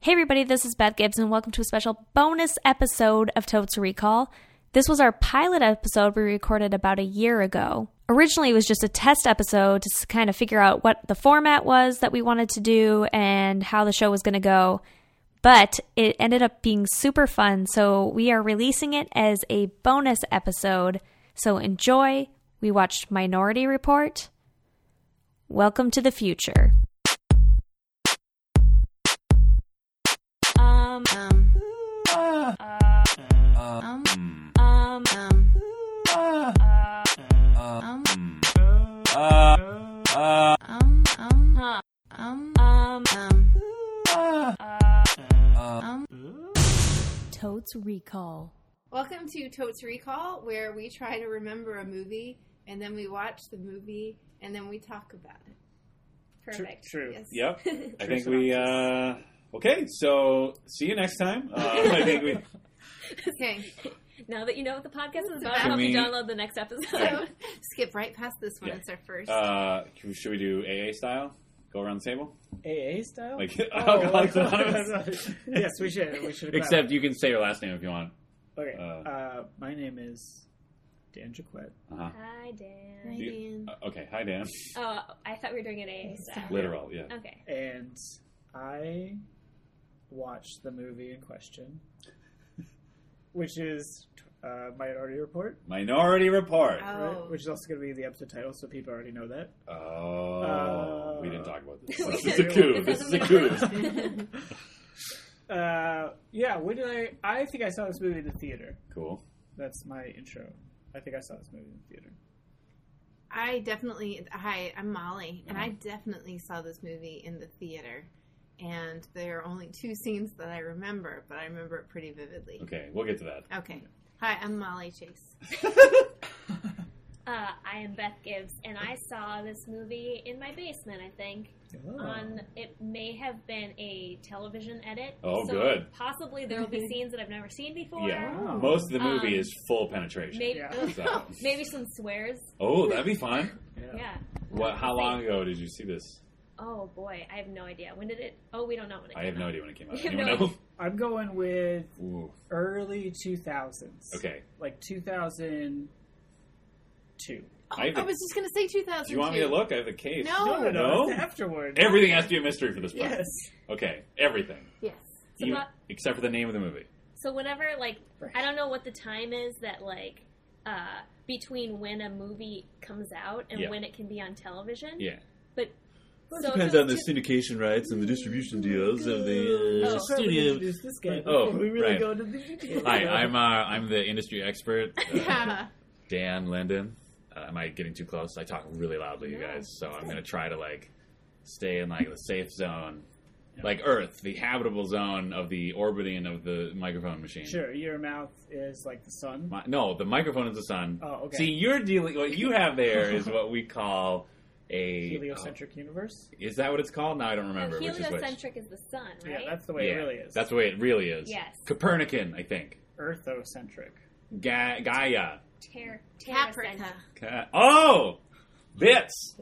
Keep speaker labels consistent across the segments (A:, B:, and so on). A: Hey, everybody, this is Beth Gibbs, and welcome to a special bonus episode of Totes Recall. This was our pilot episode we recorded about a year ago. Originally, it was just a test episode to s- kind of figure out what the format was that we wanted to do and how the show was going to go, but it ended up being super fun, so we are releasing it as a bonus episode. So enjoy. We watched Minority Report. Welcome to the future. Um, Toads Recall.
B: Welcome to Totes Recall, where we try to remember a movie and then we watch the movie and then we talk about it. Perfect.
C: True.
B: Yes.
C: Yep. I think we. Uh, okay. So see you next time. Uh, I think we.
B: Okay.
A: Now that you know what the podcast is
B: about, I
A: about, I
B: hope
A: hope
C: you
A: you
C: Can we-
A: download the next episode.
B: So skip right past this one.
C: Yeah.
B: It's our first.
C: Uh, can- should we do AA style? Go around the table.
D: AA style?
C: Like
D: Oh,
C: Alcoholics
D: well,
C: Anonymous.
D: yes, we should. We should. have
C: Except you can say your last name if you want.
D: clapped. okay.
C: uh,
D: Uh, my name is Dan Jaquette.
C: Uh-huh.
A: Hi, Dan.
B: Right,
C: you-
B: Ian?
C: Uh, okay. Hi Dan.
A: Oh, I thought we were doing an AA style.
C: Literal. Yeah.
A: Okay.
D: and I watched the movie in question, which is uh, Minority Report,
C: Minority Report.
B: oh.
D: right? which is also going to be the episode title, so people already know that.
C: Oh.
D: Uh,
C: we didn't talk about this. This
D: we
C: is a
D: did.
C: coup.
D: It
C: This is a
A: doesn't
C: coup.
D: Uh, yeah, when did I? I think I saw this movie in the theater.
C: cool.
D: That's my intro. I think I saw this movie in the theater.
B: I definitely. Hi, I'm Molly, and I definitely saw this movie in the theater. And there are only two scenes that I remember, but I remember it pretty vividly.
C: Okay. We'll get to that.
B: Okay. Hi, I'm Molly Chase.
E: Uh, I am Beth Gibbs, and I saw this movie in my basement. I think on it may have been a television edit.
C: Oh,
E: so
C: good.
E: Possibly there will be scenes that I've never seen before.
C: Yeah.
D: Wow.
C: Most of the movie
E: Um,
C: is full penetration.
E: Maybe
D: Yeah.
C: So-
E: maybe some swears.
C: oh, that'd be fun.
E: Yeah.
C: What? How long ago did you see this?
E: Oh boy, I have no idea. When did it? Oh, we don't know when it.
C: I
E: came
C: have no
E: out.
C: idea when it came out.
E: You have
C: Anyone
E: no
C: know?
D: I'm going with
C: Ooh.
D: early 2000s.
C: Okay.
D: Like 2002.
B: Oh,
C: I
B: I,
C: have a-
B: was just going to say 2000.
C: Do you want me to look? I have a case.
E: Oh,
B: No.
D: No, no,
C: No?
D: no. It's afterward.
C: Everything has to be a mystery for this part.
D: Yes.
C: Okay. Everything.
B: Yes.
E: So
C: Even-
E: what-
C: except for the name of the movie.
E: So whenever like
D: Right.
E: I don't know what the time is that like uh, between when a movie comes out and
C: Yeah.
E: when it can be on television.
C: Yeah.
E: But so
F: Depends
E: just
F: on the
E: to-
F: syndication rights and the distribution deals of the uh,
D: Oh,
F: studio.
D: introduce this guy
C: Oh,
D: before we really
C: right.
D: go to the details.
C: Hi, I'm uh, I'm the industry expert, uh,
B: Yeah.
C: Dan Linden. Uh, am I getting too close? I talk really loudly, you guys. So I'm gonna try to like stay in like the safe zone, like Earth, the habitable zone of the orbiting of the microphone machine.
D: Sure, your mouth is like the sun.
C: My, no, the microphone is the sun.
D: Oh, okay.
C: See, you're dealing. What you have there is what we call a
D: Heliocentric universe.
C: oh, is that what it's called? No, I don't remember. which is which.
E: heliocentric is the sun,
D: Yeah,
E: right?
D: that's the way it
C: Yeah,
D: really is.
C: That's the way it really is.
E: Yes.
C: Copernican, I think.
D: Earthocentric.
C: Ga- Gaia.
E: Ter-
B: Caprica.
C: Ca- oh, bits.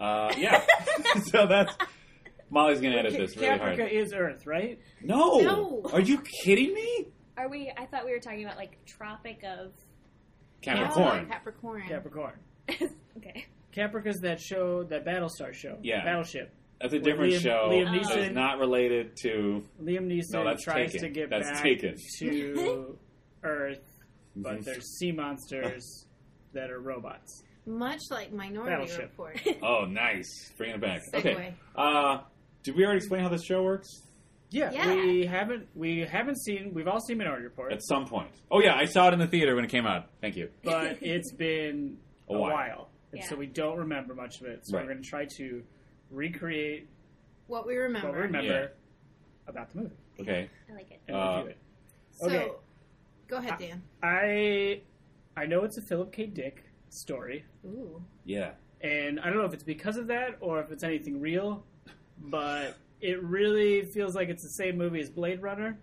C: uh, yeah. so that's Molly's gonna edit this really
D: Caprica
C: hard.
D: is Earth, right?
C: No.
B: No.
C: Are you kidding me?
E: Are we? I thought we were talking about like Tropic of.
C: Capricorn.
B: Oh, Capricorn.
D: Capricorn.
E: Okay.
D: Caprica's that show, that Battlestar show.
C: Yeah.
D: Battleship.
C: That's a different
D: Liam-
C: show.
D: Liam
C: It's
D: Neeson.
C: not related to.
D: Liam Neeson
C: No, that's
D: tries
C: taken.
D: to get
C: That's
D: back
C: taken.
D: to Earth, but
C: Mhm.
D: there's sea monsters that are robots.
B: Much like Minority
D: Battleship.
B: Report.
C: Oh, nice. Bring it back.
B: Segue.
C: Okay. Uh, did we already explain how this show works?
D: Yeah,
B: Yeah.
D: we haven't we haven't seen we've all seen Minority Report,
C: At some point. Oh yeah, I saw it in the theater when it came out. Thank you.
D: but it's been
C: A
D: a,
C: while.
D: while, and so
E: Yeah.
D: we don't remember much of it. So
C: Right.
D: we're going to try to recreate
B: What we remember.
D: what we remember
C: Yeah.
D: about the movie
C: Okay.
E: I like it.
D: and
C: Uh,
D: review it.
B: So,
D: okay.
B: go ahead, Dan.
D: I I know it's a Philip K. Dick story,
B: Ooh.
C: Yeah.
D: and I don't know if it's because of that or if it's anything real, but it really feels like it's the same movie as Blade Runner.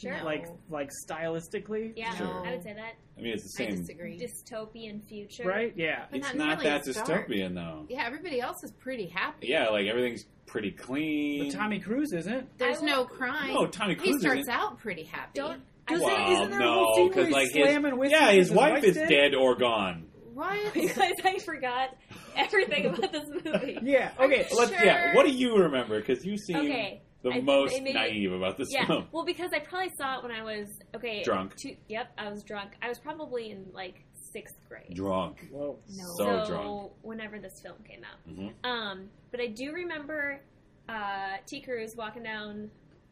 E: Sure.
B: No.
D: like like stylistically,
E: Yeah,
B: Sure.
E: I would say that
C: I mean, it's the
B: I
C: same.
B: disagree.
E: dystopian future.
D: right? Yeah,
B: But
C: It's
B: not
C: not
B: nearly
C: that
B: as dark.
C: dystopian though.
B: yeah, everybody else is pretty happy.
C: Yeah, like everything's pretty clean.
D: but Tommy Cruise isn't.
B: There's
E: I
B: no
E: will-
B: crime.
C: no, Tommy
B: he
C: Cruise
B: starts
C: isn't.
B: out pretty happy.
E: Don't. I
D: Does
E: will-
D: it- isn't there a whole
C: no,
D: scene where
C: 'cause,
D: he's
C: like his
D: slamming whiskeys
C: yeah, his
D: with
C: wife is
D: wife's
C: dead or gone.
B: what?
E: Because I forgot everything about this movie.
D: Yeah. Okay.
B: Sure.
C: Let's, Yeah, what do you remember? Because you seem
E: Okay.
C: the
E: I-
C: most
E: maybe-
C: naive about this
E: Yeah.
C: film.
E: Well, because I probably saw it when I was okay.
C: Drunk.
E: Two, yep, I was drunk. I was probably in like sixth grade.
C: Drunk,
D: Whoa.
B: No.
C: so, drunk.
E: whenever this film came out.
C: hmm
E: Um, but I do remember uh, T. Cruz walking down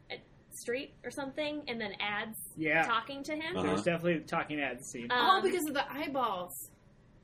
E: a street or something, and then ads
D: Yeah.
E: talking to him.
C: Uh-huh.
D: There's definitely the talking ad scene,
E: Um,
B: oh, because of the eyeballs.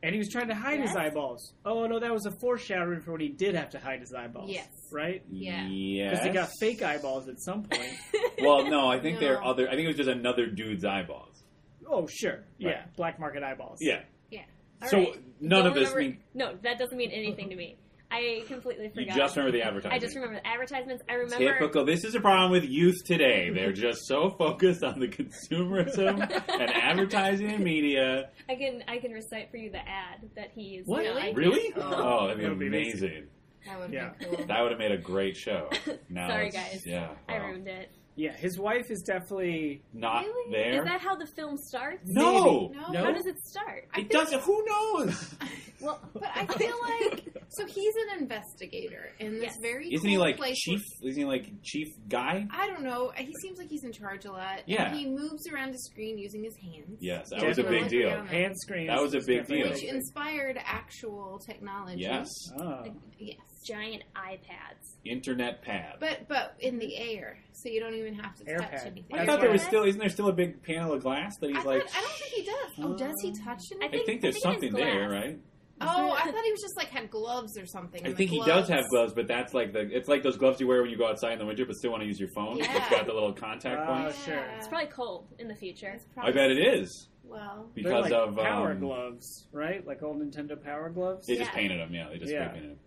D: and he was trying to hide his
E: yes.
D: eyeballs. Oh no, that was a foreshadowing for when he did have to hide his eyeballs.
B: Yes.
D: Right.
B: Yeah.
D: Because they got
C: Yes.
D: fake eyeballs at some point.
C: Well, no, I think they're
B: No.
C: other. I think it was just another dude's eyeballs.
D: oh sure. Yeah. Black market eyeballs.
C: Yeah.
E: Yeah.
C: So
E: Alright.
C: none
E: Don't
C: of this
E: remember-
C: means
E: No, that doesn't mean anything to me. I completely
C: you
E: forgot.
C: just remember the advertisement.
E: I just remember the advertisements. I remember.
C: Typical. This is a problem with youth today. They're just so focused on the consumerism and advertising and media.
E: I can I can recite for you the ad that he is.
D: What?
E: doing.
C: Really?
D: Oh,
C: Oh, that'd be
D: that'd be amazing.
C: amazing.
B: That would
D: Yeah.
B: be cool.
C: That would have made a great show. Now
E: Sorry,
C: it's-
E: guys.
C: Yeah.
E: I
C: wow.
E: ruined it.
D: Yeah. His wife is definitely.
C: Not
E: really?
C: there.
E: Is that how the film starts?
C: no.
B: No.
D: No?
E: How does it start?
C: It doesn't. Who knows?
B: Well, but I feel like so he's an investigator in this
E: Yes.
B: very
C: Isn't he
B: cool
C: like
B: place
C: chief? Isn't he like chief guy?
B: I don't know. uh, He seems like he's in charge a lot.
C: Yeah.
B: And he moves around the screen using his hands.
C: Yes, that was a
D: Definitely.
C: big deal.
B: Yeah.
D: Hand screens.
C: That was a
D: is
C: big
D: definitely-
C: deal.
B: Which inspired actual technology.
C: Yes,
D: Ah.
B: Yes.
E: Giant iPads.
C: internet pad.
B: But but in the air, so you don't even have to
D: Air
B: touch
D: pad.
B: anything.
C: I
D: That's
C: thought there
D: why-
C: was still. Isn't there still a big panel of glass that
B: I,
C: he's
B: thought,
C: like?
B: I don't think he does. Oh, does he touch
E: I
B: anything?
E: think,
C: I think there's
E: it is
C: something there,
E: glass.
C: right?
B: Oh, I thought he was just like had gloves or something.
C: I
B: and the
C: think he does
B: gloves-
C: have gloves, but that's like the it's like those gloves you wear when you go outside in the winter, but still want to use your phone.
B: Yeah.
C: It's got the little contact
D: Ah,
C: point.
D: sure.
B: Yeah.
E: It's probably cold in the future.
B: It's
C: I
B: probably-
C: bet it is
B: Well,
D: They're
C: because
D: like
C: of um,
D: power gloves, right? Like old Nintendo power gloves,
C: They just
E: Yeah.
C: painted them. Yeah, they just
D: Yeah.
C: painted them.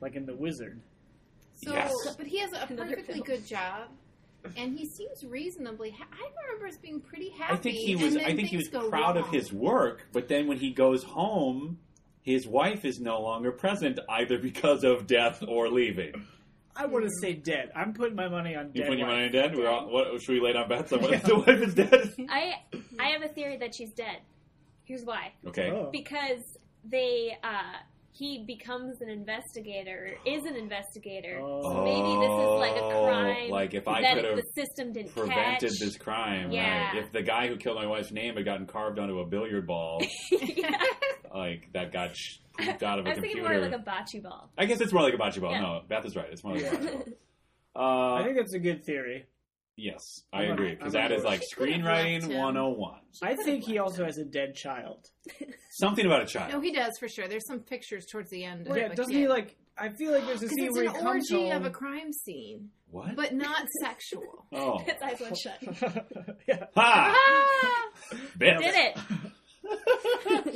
D: like in the Wizard.
B: so
C: Yes.
B: but he has a
E: Another
B: perfectly
E: film.
B: good job, and he seems reasonably. Ha- I remember as being pretty happy.
C: I think he
B: and
C: was.
B: then
C: I think he was
B: things go
C: proud of
B: wrong.
C: his work, but then when he goes home, his wife is no longer present either because of death or leaving.
D: I want to say dead. I'm putting my money on
C: You
D: dead.
C: put your
D: wife.
C: money on dead. We're all, what should we lay down bets on? What if
D: Yeah.
C: the wife is dead?
E: I I have a theory that she's dead. Here's why.
C: Okay.
D: Oh.
E: Because they uh he becomes an investigator, is an investigator. So
D: Oh.
E: maybe this is like a
C: Oh,
E: crime
C: Like if I
E: that
C: could have
E: the system didn't
C: prevented
E: catch.
C: this crime,
E: Yeah.
C: right? If the guy who killed my wife's name had gotten carved onto a billiard ball,
E: Yeah.
C: like that got sh- pooped out of
E: I
C: a
E: was thinking more
C: computer.
E: like a bocce ball.
C: I guess it's more like a bocce ball.
E: Yeah.
C: No, Beth is right. It's more like
D: Yeah.
C: a
D: I
C: bocce ball. Uh,
D: think that's a good theory.
C: yes, I
D: I'm on-
C: agree because
D: I'm on
C: that is
D: board.
C: like
B: She could've
C: screenwriting
B: left him.
C: 101.
D: I think he also has a dead child.
C: Something about a
B: No,
C: child.
B: he does for sure. There's some pictures towards the end.
D: yeah,
B: of a
D: doesn't
B: kid.
D: he like? I feel like there's a
B: 'Cause
D: scene
B: it's
D: where
B: an
D: he comes
B: orgy
D: home.
B: of a crime scene,
C: What?
B: but not sexual.
C: oh,
E: His eyes went shut.
D: yeah.
C: ha!
B: ah,
E: Did Uh,
C: Beth.
E: it.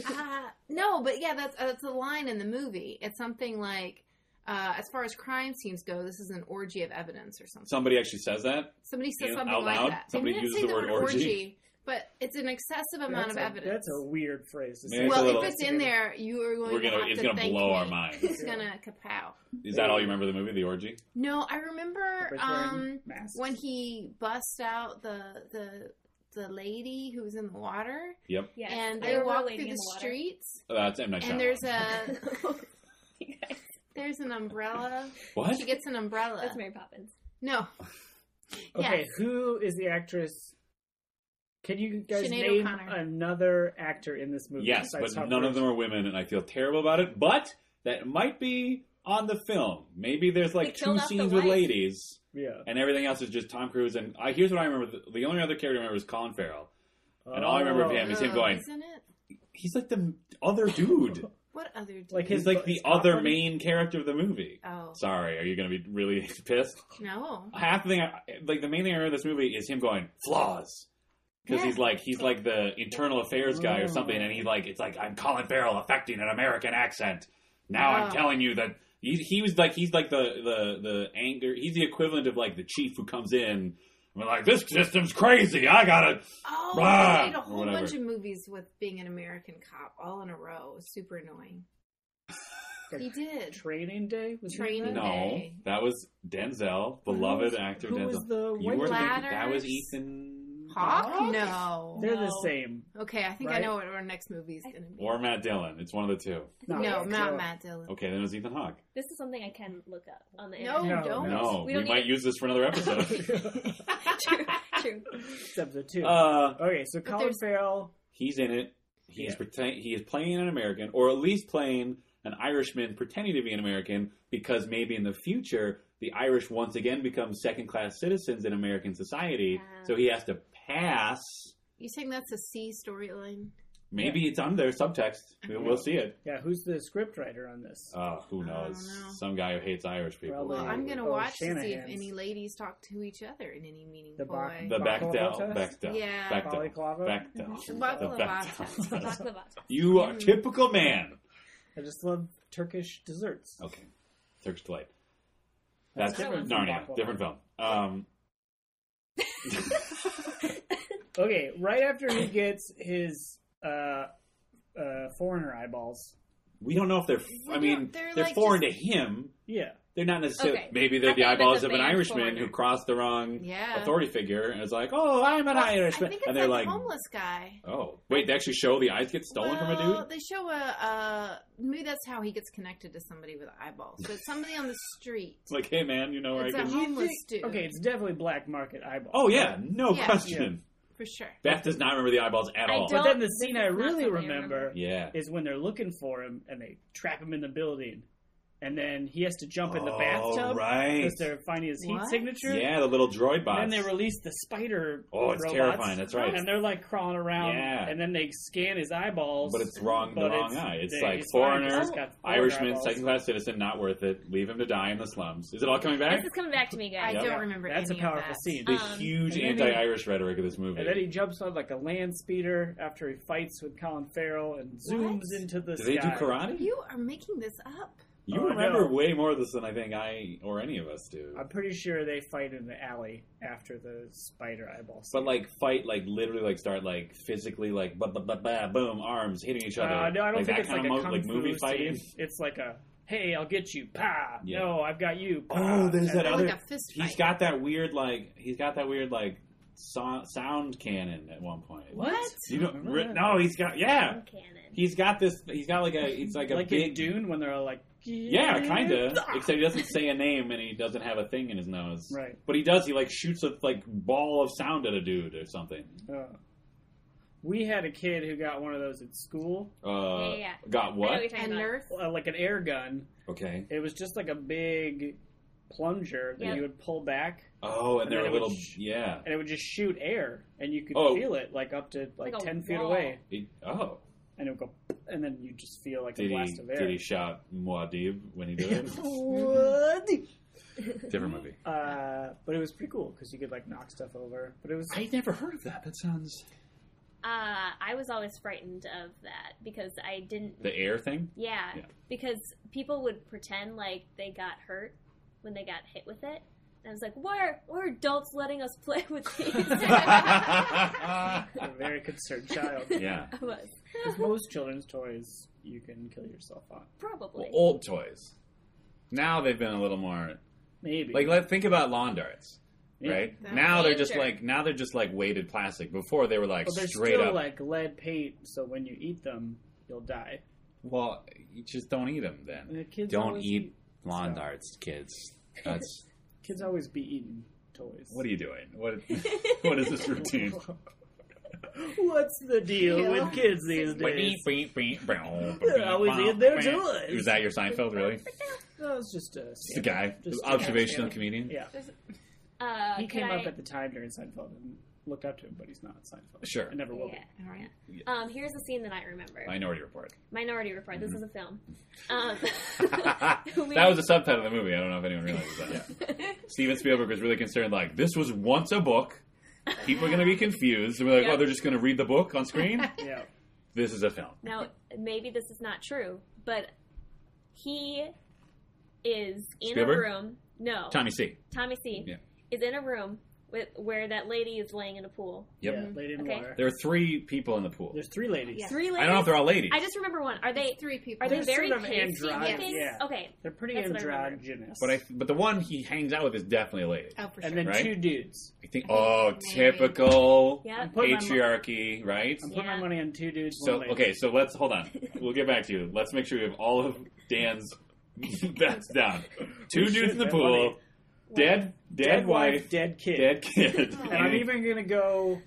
B: ah. no, but yeah, that's uh, that's a line in the movie. It's something like, uh, as far as crime scenes go, this is an orgy of evidence or something.
C: Somebody actually says that.
B: Somebody says
C: Yeah,
B: something
C: out
B: like
C: loud?
B: that.
C: Somebody
B: they didn't
C: uses
B: say
C: the word orgy?
B: but it's an excessive amount
D: That's
B: of
D: a-
B: evidence.
D: That's a weird phrase. To
C: Maybe
D: say.
C: it's a
B: well,
C: little-
B: if it's in there, you are going
C: We're
B: to
C: gonna-
B: have
C: it's
B: to
C: gonna
B: thank
C: blow
B: me.
C: our minds.
B: It's gonna kapow.
C: Is that all you remember of the movie, The Orgy?
B: No, I remember
D: Everybody's wearing
B: um,
D: masks.
B: when he busts out the the the lady who was in the water,
C: Yep.
E: Yes.
B: and
E: I
B: they
E: remember
B: walk
E: Lady
B: through
E: in
B: the,
E: Water.
B: streets,
C: That's M Night Shyamalan.
B: and there's a
E: You guys,
B: there's an umbrella.
C: what?
B: She gets an umbrella.
E: That's Mary Poppins.
B: No,
D: Okay,
B: yes.
D: who is the actress? Can you guys
B: Sinead
D: name
B: O'Connor.
D: another actor in this movie?
C: Yes, but
D: besides Tom
C: none of
D: Cruise?
C: them are women, and I feel terrible about it. But that might be on the film. Maybe there's like
E: They killed
C: two
E: off the
C: scenes with
E: wife.
C: ladies,
D: Yeah,
C: and everything else is just Tom Cruise. And I, here's what I remember: the, the only other character I remember is Colin Farrell. And all I remember of him is
B: Oh,
C: going-
B: Isn't it?
C: He's like the other dude.
B: What other? Dude?
D: Like
C: He's
D: his-
C: like the
D: his
C: other
D: girlfriend?
C: main character of the movie.
B: Oh
C: Sorry, are you going to be really pissed?
B: no!
C: half the thing, I, like the main thing I remember of this movie is him going flaws because he's
B: Yeah.
C: like he's like the internal affairs guy or something, and he like it's like I'm Colin Farrell affecting an American accent. Now I'm
B: Oh.
C: telling you that he, he was like he's like the the the anger. He's the equivalent of like the chief who comes in We're like, this system's crazy. I gotta.
B: Oh,
C: Rah!
B: I made a
C: Or
B: whole
C: whatever.
B: bunch of movies with being an American cop all in a row. It was super annoying. he did.
D: Training Day was
B: Training
D: that?
C: No,
B: Okay.
C: that was Denzel, beloved
D: Who was-
C: actor
D: Who
C: Denzel.
D: was the
C: you
D: white
C: were
D: guy?
B: Ladders.
C: thinking that was Ethan
B: Hawk?
D: Hawk?
B: No.
D: They're the
E: No.
D: same.
B: Okay, I think I
D: Right?
B: know what our next movie's gonna be.
C: or Matt Dillon. It's one of the two.
B: no,
D: it's
B: not
D: Joe.
B: Matt Dillon.
C: Okay, then it was Ethan Hawk.
E: This is something I can look up on the
B: No,
E: internet.
D: No,
B: don't.
C: No,
E: We
C: we,
E: don't
C: might
E: even-
C: use this for another episode.
E: true, true.
D: It's episode two.
C: uh,
D: okay, so Colin
B: there's-
D: Farrell.
C: he's in it. He's
D: Yeah.
C: pretend- he is playing an American, or at least playing an Irishman pretending to be an American, because maybe in the future the Irish once again become second class citizens in American society.
E: Ah.
C: So he has to pass.
B: You saying that's a C storyline?
C: Maybe it's under subtext. We- We'll see it.
D: Yeah, who's the scriptwriter on this?
C: Oh, who
B: I don't
C: knows?
B: know.
C: Some guy who hates Irish people.
B: Well,
D: Probably.
B: I'm gonna
D: Oh,
B: watch to see if
D: Shanahan's.
B: any ladies talk to each other in any meaningful
D: The Bach-
B: way.
C: the back
D: Baklava
C: down,
D: test?
C: back down,
B: Yeah.
C: back down,
D: Balaclava?
C: back down.
B: Mhm.
C: The back
B: Balaclava.
C: down test.
E: Baklava.
C: You are typical man.
D: I just love Turkish desserts.
C: Okay, Turkish delight.
D: That's
C: Oh, That's
E: different
D: from
C: Narnia,
D: Baklava.
C: different film. Um,
D: Okay, right after he gets his uh, uh, foreigner eyeballs.
C: we don't know if they're. I
B: don't-
C: mean, they're,
B: they're like
C: foreign to him.
D: Yeah.
C: They're not necessarily.
E: Okay.
C: Maybe
E: I
C: they're the
E: thought that's
C: eyeballs
E: a
C: of an
E: banned
C: Irishman
E: foreigner.
C: who crossed the wrong
B: Yeah.
C: authority figure, and it's like, "Oh, I'm an
B: Well, I
C: Irishman,"
B: think it's
C: and they're
B: like,
C: like,
B: the homeless guy.
C: "Oh, wait, they actually show the eyes get stolen from a
B: Well,
C: dude."
B: They show a uh, maybe that's how he gets connected to somebody with eyeballs. But somebody on the street.
C: It's like, "Hey, man, you know where
B: It's a
C: I can."
B: homeless
D: You
B: dude.
D: think- Okay, it's definitely black market eyeballs.
C: Oh yeah, no
B: Yeah.
C: question.
B: for sure.
C: Beth does not remember the eyeballs at
E: I
C: all.
E: don't-
D: But then the
E: This
D: scene
E: is
D: I
E: not
D: really
E: something I
D: remember
C: Yeah.
D: is when they're looking for him and they trap him in the building, and then he has to jump in the
C: Oh,
D: bathtub
C: right.
D: because they're finding his heat
B: What?
D: signature.
C: Yeah, the little droid bots.
D: And then they release the spider.
C: Oh, it's
D: robots,
C: terrifying, that's right.
D: And they're like crawling around.
C: Yeah.
D: And then they scan his eyeballs.
C: but it's wrong. The
D: but
C: wrong
D: it's-
C: eye. It's
D: they-
C: like
D: it's fine,
C: foreigner,
D: it's got foreign
C: Irishman,
D: eyeballs.
C: second class citizen, not worth it. Leave him to die in the slums. Is it all coming back?
E: This is coming back to me,
B: I
E: guys.
C: Yep.
B: don't remember.
D: That's
B: any
D: a powerful
B: of that.
D: scene.
C: The
E: Um,
C: huge
D: and then
C: anti-Irish rhetoric of this movie.
D: And then he jumps on like a land speeder after he fights with Colin Farrell and zooms into the
C: do
D: sky.
C: they do karate?
B: You are making this up.
C: You
D: Oh,
C: remember
D: no.
C: way more of this than I think I or any of us do.
D: I'm pretty sure they fight in the alley after the spider eyeball.
C: but
D: scene.
C: like fight, like literally, like start like physically, like ba ba ba ba, boom, arms hitting each other.
D: Uh, no, I don't
C: like
D: think
C: that
D: it's
C: kind
D: like a
C: of mo-
D: kung
C: like
D: fu
C: movie
D: scene.
C: fighting.
D: It's like a hey, I'll get you, pa.
C: Yeah.
D: No, I've got you. Pa.
C: Oh, there's
D: And
C: that
B: Like
C: other.
B: a fist
C: He's
B: fight.
C: got that weird like. He's got that weird like so- sound cannon at one point.
B: What?
C: You don't,
D: Remember
C: re-
D: that?
C: no, he's got yeah.
E: Cannon.
C: He's got this. He's got like a. It's like a
D: like in
C: big.
D: Dune when they're all like
C: yeah, kind of. Except he doesn't say a name and he doesn't have a thing in his nose.
D: Ah. Right.
C: But he does. He like shoots a like ball of sound at a dude or something.
D: Uh, we had a kid who got one of those at school,
C: Uh,
E: yeah, yeah.
C: Got
E: I know
C: what?
E: you're talking
B: And
E: about.
B: Nerf.
D: uh, like an air gun.
C: Okay.
D: It was just like a big plunger that
E: Yeah.
D: you would pull back,
C: Oh, and
D: And
C: they're
D: then
C: a
D: it would
C: little.
D: sh-
C: yeah.
D: and it would just shoot air, and you could
C: Oh.
D: feel it like up to like,
E: Like a
D: ten feet
E: wall.
D: away,
C: He- oh.
D: and it would go, and then you just feel like
C: Did
D: a blast
C: he?
D: of
C: Did he
D: air.
C: shout Muad'Dib when he did it?
D: What?
C: Different movie.
D: Uh, but it was pretty cool because you could like knock stuff over. But it was
C: I never heard of that. That sounds
E: Uh, I was always frightened of that because I didn't.
C: the air thing.
E: yeah,
C: Yeah.
E: because people would pretend like they got hurt when they got hit with it. And I was like, why are, why are adults letting us play with these?
C: yeah.
D: a very concerned child.
E: I was.
D: 'Cause most children's toys you can kill yourself on.
E: Probably.
C: old toys. Now they've been a little more
D: Maybe
C: like let think about lawn darts,
D: Yeah.
C: right?
B: That's
C: now they're just
E: dangerous.
C: like now they're just like weighted plastic. Before they were like
D: But they're
C: straight
D: still
C: up.
D: like lead paint, so when you eat them, you'll die.
C: well, you just don't eat them
D: And
C: then.
D: the kids
C: Don't
D: always
C: eat lawn
D: stuff.
C: darts, kids. That's
D: Kids always be eating toys.
C: what are you doing? What what is this routine?
D: What's the deal
B: Yeah.
D: with kids these days? They're always eating their toys.
C: Was that your Seinfeld? Really?
D: No, it's just a
C: Just a guy,
D: Just a guy.
C: observational comedian.
D: Yeah,
E: Uh,
D: oh, he
E: could
D: came
E: I,
D: up at the time during Seinfeld and looked up to him, but he's not Seinfeld.
C: Sure.
D: I never will.
E: Yeah.
B: All right.
E: Um, here's the scene that I remember.
C: Minority Report.
E: Minority Report.
D: Mm-hmm.
E: This is a film. Um, we-
C: that was the subtitle of the movie. I don't know if anyone realizes that. Steven Spielberg was really concerned. Like this was once a book. People are going to be confused. They're like,
E: Yeah.
C: oh, they're just going to read the book on screen.
D: Be. Yeah,
C: this is a film.
E: Now, maybe this is not true, but he is in
C: Spielberg?
E: a room. No,
C: Tommy C.
E: Tommy C
C: Yeah.
E: is in a room with where that lady is laying in a pool.
C: Yep.
D: Yeah, Lady in
E: Okay.
D: Water.
C: There are three people in the pool.
D: There's three ladies.
E: Yeah. Three ladies.
C: I don't know if they're all ladies.
E: I just remember one. Are they
B: three people.
E: are they
D: They're
E: very
D: sort of
E: pasty
D: androgynous,
E: looking?
B: yeah.
E: Okay.
D: They're pretty
E: That's what I remember.
D: androgynous.
C: but I, but the one he hangs out with is definitely a lady.
B: Oh, for sure.
D: and then
C: Right?
D: two dudes.
C: I think.
B: I think
C: Oh,
B: maybe.
C: typical
E: Yeah.
D: Put my mo-
C: patriarchy, right?
D: I'm putting
E: Yeah.
D: my money on two dudes.
C: So
D: one lady.
C: okay, so let's hold on. We'll get back to you. Let's make sure we have all of Dan's bets down. Two
D: We
C: dudes in the
D: should,
C: pool, dead, dead,
D: dead
C: wife,
D: wife, dead kid.
C: dead kid,
D: And I'm even gonna go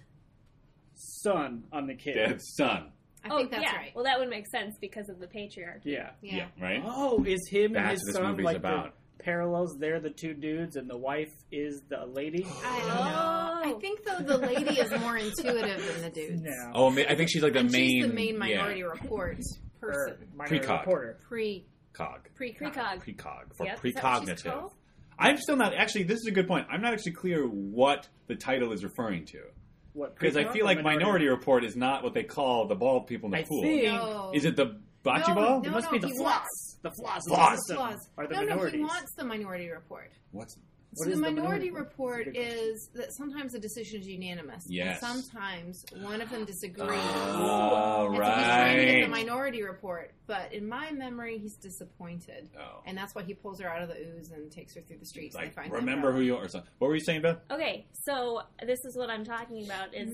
D: son on the kid.
C: dead son.
B: I
E: Oh
B: think that's
E: yeah.
B: right.
E: Well, that would make sense because of the patriarchy.
D: Yeah.
B: yeah.
C: right.
D: Oh, is him
C: That's
D: and his
C: what this
D: son
C: movie's
D: like
C: about.
D: the parallels? They're the two dudes, and the wife is the lady.
B: I don't know.
E: Oh.
B: I think though the lady is more intuitive than the dudes.
D: No.
C: Oh, ma- I think she's like the
B: And
C: main,
B: she's the main
C: yeah,
B: Minority Report
D: Or
B: person.
D: Minority
C: Precog.
D: Reporter.
B: Pre
C: cog,
B: pre
E: Precog.
C: precog, for
E: Yep, is that what she's
C: precognitive.
E: called?
C: I'm still not actually. This is a good point. I'm not actually clear what the title is referring to
D: What?
C: because I
D: Precog
C: feel
D: or
C: like Minority Report is not what they call the bald people in the
D: I
C: pool.
D: think-
B: No.
C: Is it the bocce
B: No,
C: ball?
D: It
B: no.
D: must be the
B: he
D: floss.
B: wants-
D: The floss. of
C: Floss.
D: The system
B: Claus.
D: Are the
B: no, no,
D: minorities?
B: he wants the minority report.
C: What's
D: What
B: so
D: is
B: the
D: the
B: minority
D: minority
B: report
D: report? It's a good
B: is that sometimes the decision is unanimous. and
C: Yes.
B: sometimes one of them disagrees.
C: Oh,
B: And so he's trying to get the
C: right.
B: minority report, but in my memory, he's disappointed,
C: Oh.
B: and that's why he pulls her out of the ooze and takes her through the streets. and
C: like
B: they find that
C: remember who
B: out.
C: you are. Or something. What were you saying, Beth?
E: Okay, so this is what I'm talking about is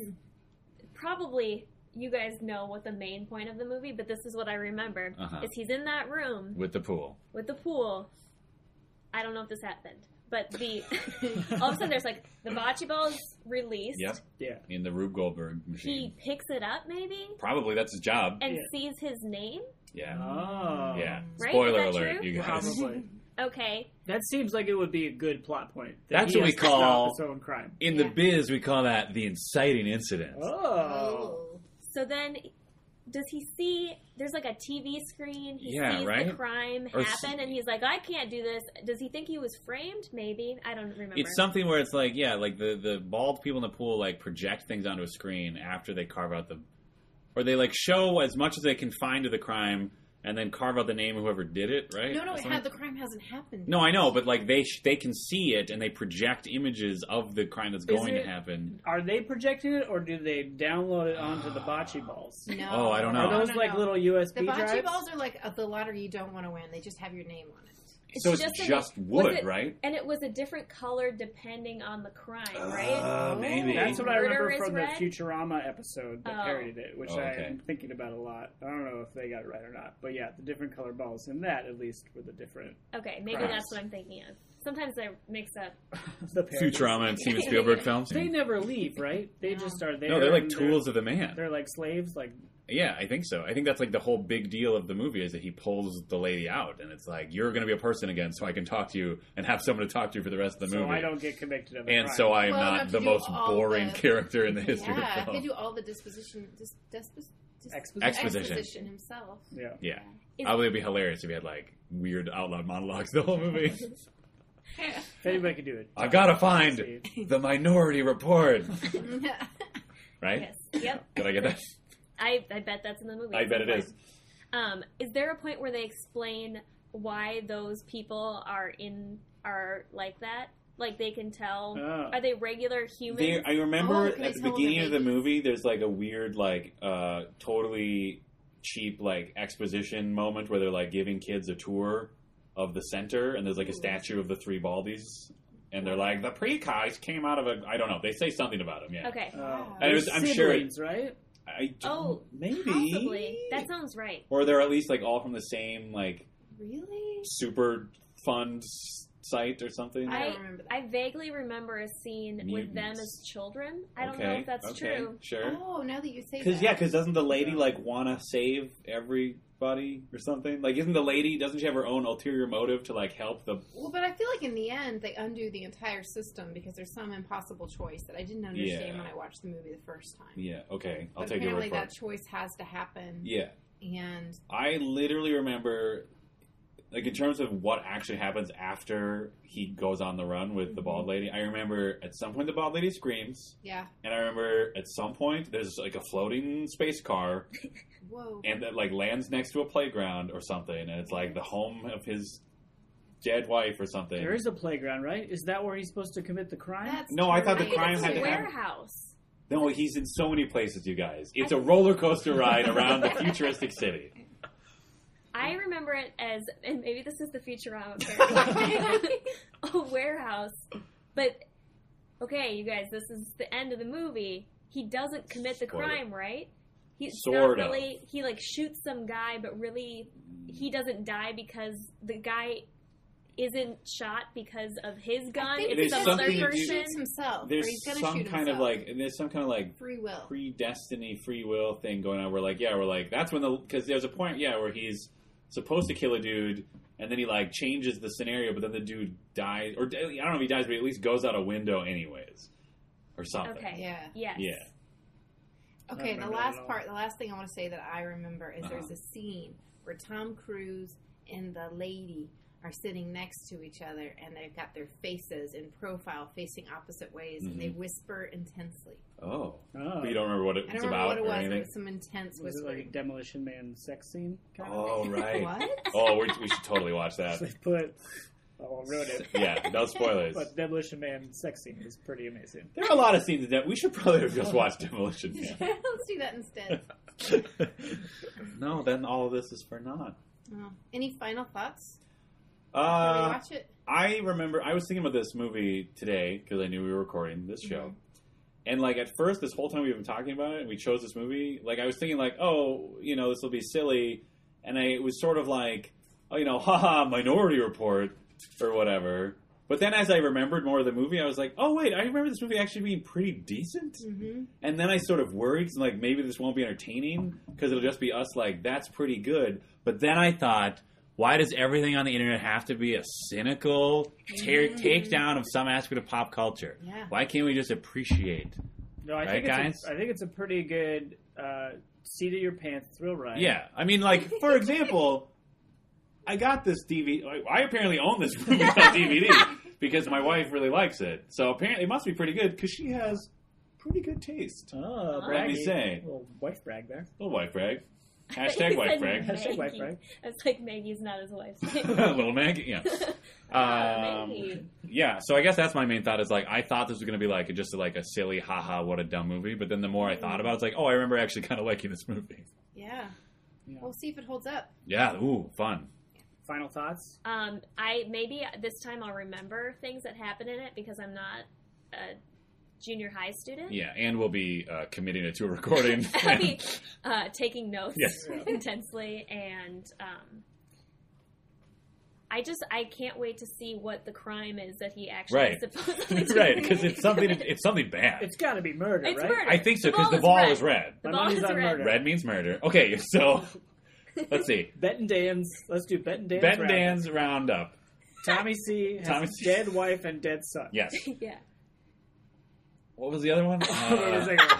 B: Mm-hmm.
E: probably you guys know what the main point of the movie, but this is what I remember
C: Uh-huh.
E: is he's in that room
C: With the pool.
E: with the pool. I don't know if this happened, but the all of a sudden there's like the bocce ball's released.
C: Yep.
D: Yeah.
C: In the Rube Goldberg machine.
E: He picks it up maybe
C: Probably that's his job.
E: and
D: Yeah.
E: sees his name.
C: Yeah.
D: Oh.
C: yeah.
E: Right?
C: Spoiler
E: Is that
C: alert,
E: true?
C: you guys.
D: Probably.
E: Okay,
D: That seems like it would be a good plot point. that
C: That's
D: he
C: what
D: has
C: we
D: to stop
C: call-
D: his own crime.
C: In the
B: Yeah.
C: biz, we call that the inciting incident.
D: Oh.
B: Oh.
E: so then does he see there's like a TV screen? He
C: Yeah,
E: sees the
C: right?
E: crime
C: Or s-
E: happen and he's like, I can't do this. Does he think he was framed? Maybe. I don't remember.
C: It's something where it's like, yeah, like the, the bald people in the pool like project things onto a screen after they carve out the, or they like show as much as they can find of the crime and then carve out the name of whoever did it, right?
B: No, no,
C: Or
B: it
C: something?
B: had, the crime hasn't happened.
C: No, I know, but like they sh- they can see it and they project images of the crime that's
D: Is
C: going
D: it-
C: to happen.
D: Are they projecting it, or do they download it onto the bocce balls?
B: No.
C: Oh, I don't know.
D: Are those
B: No, no,
D: like
B: no.
D: little USB
B: The bocce
D: drives?
B: balls are like uh, the lottery you don't want to win. They just have your name on it.
C: so it's
E: a-
C: just,
E: was
C: wood,
E: it-
C: right?
E: And it was a different color depending on the crime, right?
C: Uh, maybe.
D: That's what I
E: Murder
D: remember
E: is
D: from
E: red?
D: the Futurama episode that
E: Oh.
D: parodied it, which
C: Oh, okay.
D: I'm thinking about a lot. I don't know if they got it right or not, but yeah, the different color balls in that at least were the different.
C: Uh,
E: Okay, maybe
C: Crimes.
E: that's what I'm thinking of. Sometimes I mix up.
D: The parodies.
C: Futurama and Steven Spielberg films.
D: They never leave, right? They
B: No.
D: just are there.
C: no, they're like
D: and
C: tools of the man.
D: They're, like slaves. Like
C: Yeah, I think so. I think that's like the whole big deal of the movie is that he pulls the lady out, and it's like you're going to be a person again, so I can talk to you and have someone to talk to for the rest of the
D: so,
C: movie.
D: I don't get convicted of. a
C: and
D: crime.
C: so I am
B: Well, you
C: not
B: have
C: the
B: to do
C: most
B: all
C: boring
B: the-
C: character in the history
B: yeah,
C: of film.
B: he do all the disposition, dis, dispos, dis,
D: Exposition.
C: Exposition.
B: exposition himself.
D: yeah.
C: yeah,
E: Is-
C: probably would be hilarious if he had like weird out loud monologues the whole movie.
D: If anybody could do it,
C: I've got to find the Minority Report. Right?
E: Yes. Yep.
C: Did I get that?
E: I, I bet that's in the movie.
C: I
E: at
C: bet
E: some
C: it is.
E: point. Um, is there a point where they explain why those people are in are like that? Like they can tell.
D: Oh.
E: Are they regular humans?
C: Uh, They, I remember
B: Oh, can I
C: at the
B: tell
C: beginning
B: them
C: of the
B: babies?
C: movie, there's like a weird, like, uh, totally cheap, like, exposition moment where they're like giving kids a tour of the center, and there's like a
B: Ooh.
C: statue of the three Baldies, and they're like, the precogs came out of a. I don't know. They say something about them, yeah.
E: okay.
D: Oh.
C: I was- I'm sure it-
D: Siblings, right?
C: I d-
E: Oh,
C: maybe.
E: Possibly. That sounds right.
C: Or they're at least like all from the same, like,
B: really?
C: super fund s- site or something.
B: I
E: I-
B: don't remember that.
E: I vaguely remember a scene with them
C: Mutants.
E: as children. I don't
C: okay.
E: know if that's
C: okay,
E: true.
C: Sure.
B: oh, now that you say
C: Because
B: that,
C: yeah, because doesn't the lady
D: Yeah.
C: like want to save everybody or something? Like, isn't the lady doesn't she have her own ulterior motive to like help the?
B: well, but I feel like in the end they undo the entire system because there's some impossible choice that I didn't understand
C: Yeah.
B: when I watched the movie the first time.
C: Yeah, okay, I'll
B: but
C: take your
B: apparently
C: word for
B: that
C: it.
B: choice has to happen,
C: Yeah,
B: and
C: I literally remember, like in terms of what actually happens after he goes on the run with the
B: Mm-hmm.
C: bald lady. I remember at some point the bald lady screams,
B: yeah,
C: and I remember at some point there's like a floating space car
B: whoa,
C: and that like lands next to a playground or something, and it's like the home of his dead wife or something.
D: There is a playground, right? Is that where he's supposed to commit the crime?
B: That's
C: No, I thought the
E: I think
C: crime
E: it's
C: had
E: a
C: to happen.
E: warehouse.
C: No, he's in so many places, you guys. It's a roller coaster ride around the futuristic city.
E: I remember it as, and maybe this is the Futurama parody, a warehouse. But okay, you guys, this is the end of the movie. He doesn't commit the
C: Spoiler.
E: crime, right? He's
C: Sort
E: not
C: of.
E: really. He like shoots some guy, but really, he doesn't die because the guy isn't shot because of his gun.
B: think
E: It's
C: There's
E: some
C: something
E: other
B: he
C: to do-
E: person.
B: shoots himself. or
C: There's
B: he's gonna
C: some
B: shoot
C: kind of
B: himself.
C: like, and there's some kind of like
B: free will.
C: predestiny, free will thing going on. We're like, yeah, we're like, that's when the because there's a point, yeah, where he's supposed to kill a dude, and then he like changes the scenario, but then the dude dies, or I don't know if he dies, but he at least goes out a window anyways, or something.
E: Okay.
B: Yeah.
E: Yes.
C: Yeah.
B: Okay, the
D: remember that
B: last
D: at all.
B: part, the last thing I want to say that I remember is there's
C: Uh-huh.
B: a scene where Tom Cruise and the lady are sitting next to each other and they've got their faces in profile facing opposite ways and
C: Mm-hmm.
B: they whisper intensely.
C: Oh,
D: Oh.
C: but you don't remember what
B: I
C: it was
B: don't remember
C: about
B: what it
C: or
B: was, but it
C: anything.
B: was some intense
D: Was it like a
B: whispering.
D: Demolition Man sex scene? Kind of?
C: Oh right.
B: What?
C: Oh, we're, we should totally watch that.
D: So they put. Oh, I ruined it.
C: Yeah, no spoilers.
D: But Demolition Man sex scene is pretty amazing.
C: There are a lot of scenes in that we should probably have just watched Demolition Man.
B: Let's do that instead.
C: no, then all of this is for naught.
B: Oh. Any final thoughts? Did we
C: Uh,
B: watch it?
C: I remember I was thinking about this movie today because I knew we were recording this show, and like at first, this whole time we've been talking about it, and we chose this movie. Like I was thinking, like, oh, you know, this will be silly, and I it was sort of like, oh, you know, haha, Minority Report or whatever. But then as I remembered more of the movie, I was like, oh wait, I remember this movie actually being pretty decent.
B: Mm-hmm.
C: And then I sort of worried, like maybe this won't be entertaining because it'll just be us. Like that's pretty good. But then I thought, why does everything on the internet have to be a cynical tear takedown of some aspect of pop culture?
B: Yeah.
C: Why can't we just appreciate?
D: No, I
C: Right,
D: think it's
C: guys?
D: A, I think it's a pretty good uh, seat of your pants thrill ride.
C: Yeah, I mean, like for example, I got this DVD. I- I apparently own this movie on DVD because my wife really likes it. So apparently, it must be pretty good because she has pretty good taste.
D: Oh, braggy.
C: Let me say.
D: Little wife brag there.
C: Little wife brag.
E: I thought
C: Hashtag
E: you
C: wife
E: said
C: brag.
D: Hashtag wife
E: Maggie.
D: brag.
E: I was like, Maggie's not his wife's name.
C: Little Maggie. Yeah.
E: Ah,
C: Um,
E: Maggie.
C: yeah, so I guess that's my main thought is like I thought this was gonna be like just like a silly haha what a dumb movie, but then the more I thought about it, it's like, oh I remember actually kinda liking this movie.
B: Yeah.
D: Yeah.
B: We'll see if it holds up.
C: Yeah, ooh, fun.
D: Final thoughts?
E: Um, I maybe this time I'll remember things that happen in it because I'm not a junior high student.
C: Yeah, and we'll be uh, committing it to a recording.
E: I'll be uh, taking notes
C: Yes.
E: intensely, and um, I just I can't wait to see what the crime is that he actually
C: Right.
E: supposedly did.
C: right, because it's something it's something bad.
D: It's got to be murder,
E: It's
D: right?
E: murder.
C: I think so because the
E: is
C: ball
E: red.
C: is red.
E: The
D: My
E: ball
D: money's
E: is
D: on
E: red.
D: murder.
C: Red means murder. Okay, so let's see.
D: Bet and Dan's. Let's do Bet and Dan's.
C: Ben
D: round.
C: Dan's roundup.
D: Tommy C. Has
C: Tommy
D: Tommy
C: C.
D: dead wife and dead son.
C: Yes.
E: yeah.
C: What was the other one?
D: Wait a
C: Uh,
D: second.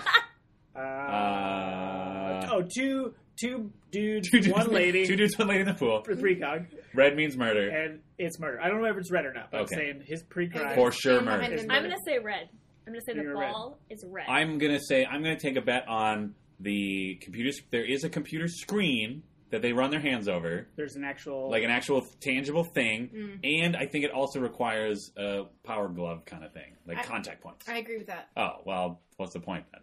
D: Uh,
C: uh,
D: oh, two two dudes,
C: two dudes-
D: one lady,
C: Two dudes, one lady in the pool.
D: for precog,
C: Red means murder.
D: and it's murder. I don't know if it's red or not, but
C: Okay.
D: I'm saying his precog.
C: For sure
B: Stand behind
C: murder.
B: the
E: I'm gonna say red. I'm gonna say the
D: You're red.
E: ball is red.
C: I'm gonna say I'm gonna take a bet on the computer. sc- There is a computer screen that they run their hands over,
D: There's an actual
C: like an actual tangible thing,
B: Mm.
C: and I think it also requires a power glove kind of thing, like
B: I-
C: contact points.
B: I agree with that.
C: oh well, what's the point then?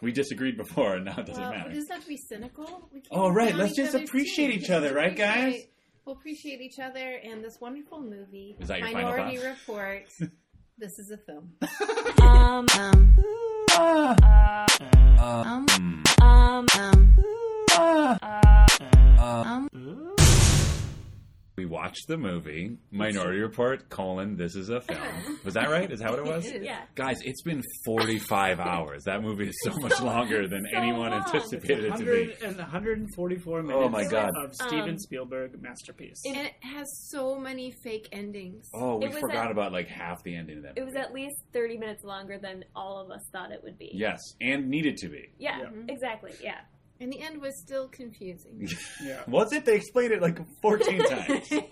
C: We disagreed before, and now it doesn't
B: well,
C: matter.
B: It doesn't have to be cynical. We can't
C: Oh, right,
B: down
C: let's
B: each
C: just
B: other's
C: appreciate
B: team.
C: each other, right,
B: appreciate-
C: guys?
B: We'll appreciate each other and this wonderful movie.
C: Is that your final
B: Minority
C: thought?
B: Report. this is a film.
A: Um,
B: Um,
C: Ah.
B: um,
A: um,
B: um,
C: we watched the movie Minority Report: colon This is a film. Was that right? Is that what it was?
B: It is.
E: yeah.
C: Guys, it's been 45 hours. That movie is so much longer than
E: so
C: anyone
E: long.
C: anticipated it to be.
D: 100 and 144 minutes
C: Oh, my God.
D: of Steven
E: Um,
D: Spielberg masterpiece.
B: And it has so many fake endings.
C: Oh, we
E: It was
C: forgot
E: at-
C: about like half the ending of that.
E: It was
C: movie.
E: at least 30 minutes longer than all of us thought it would be.
C: yes, and needed to be.
E: Yeah,
D: Yeah.
E: exactly. Yeah.
B: And the end was still confusing.
D: yeah,
C: Was it? They explained it like 14 times.
D: maybe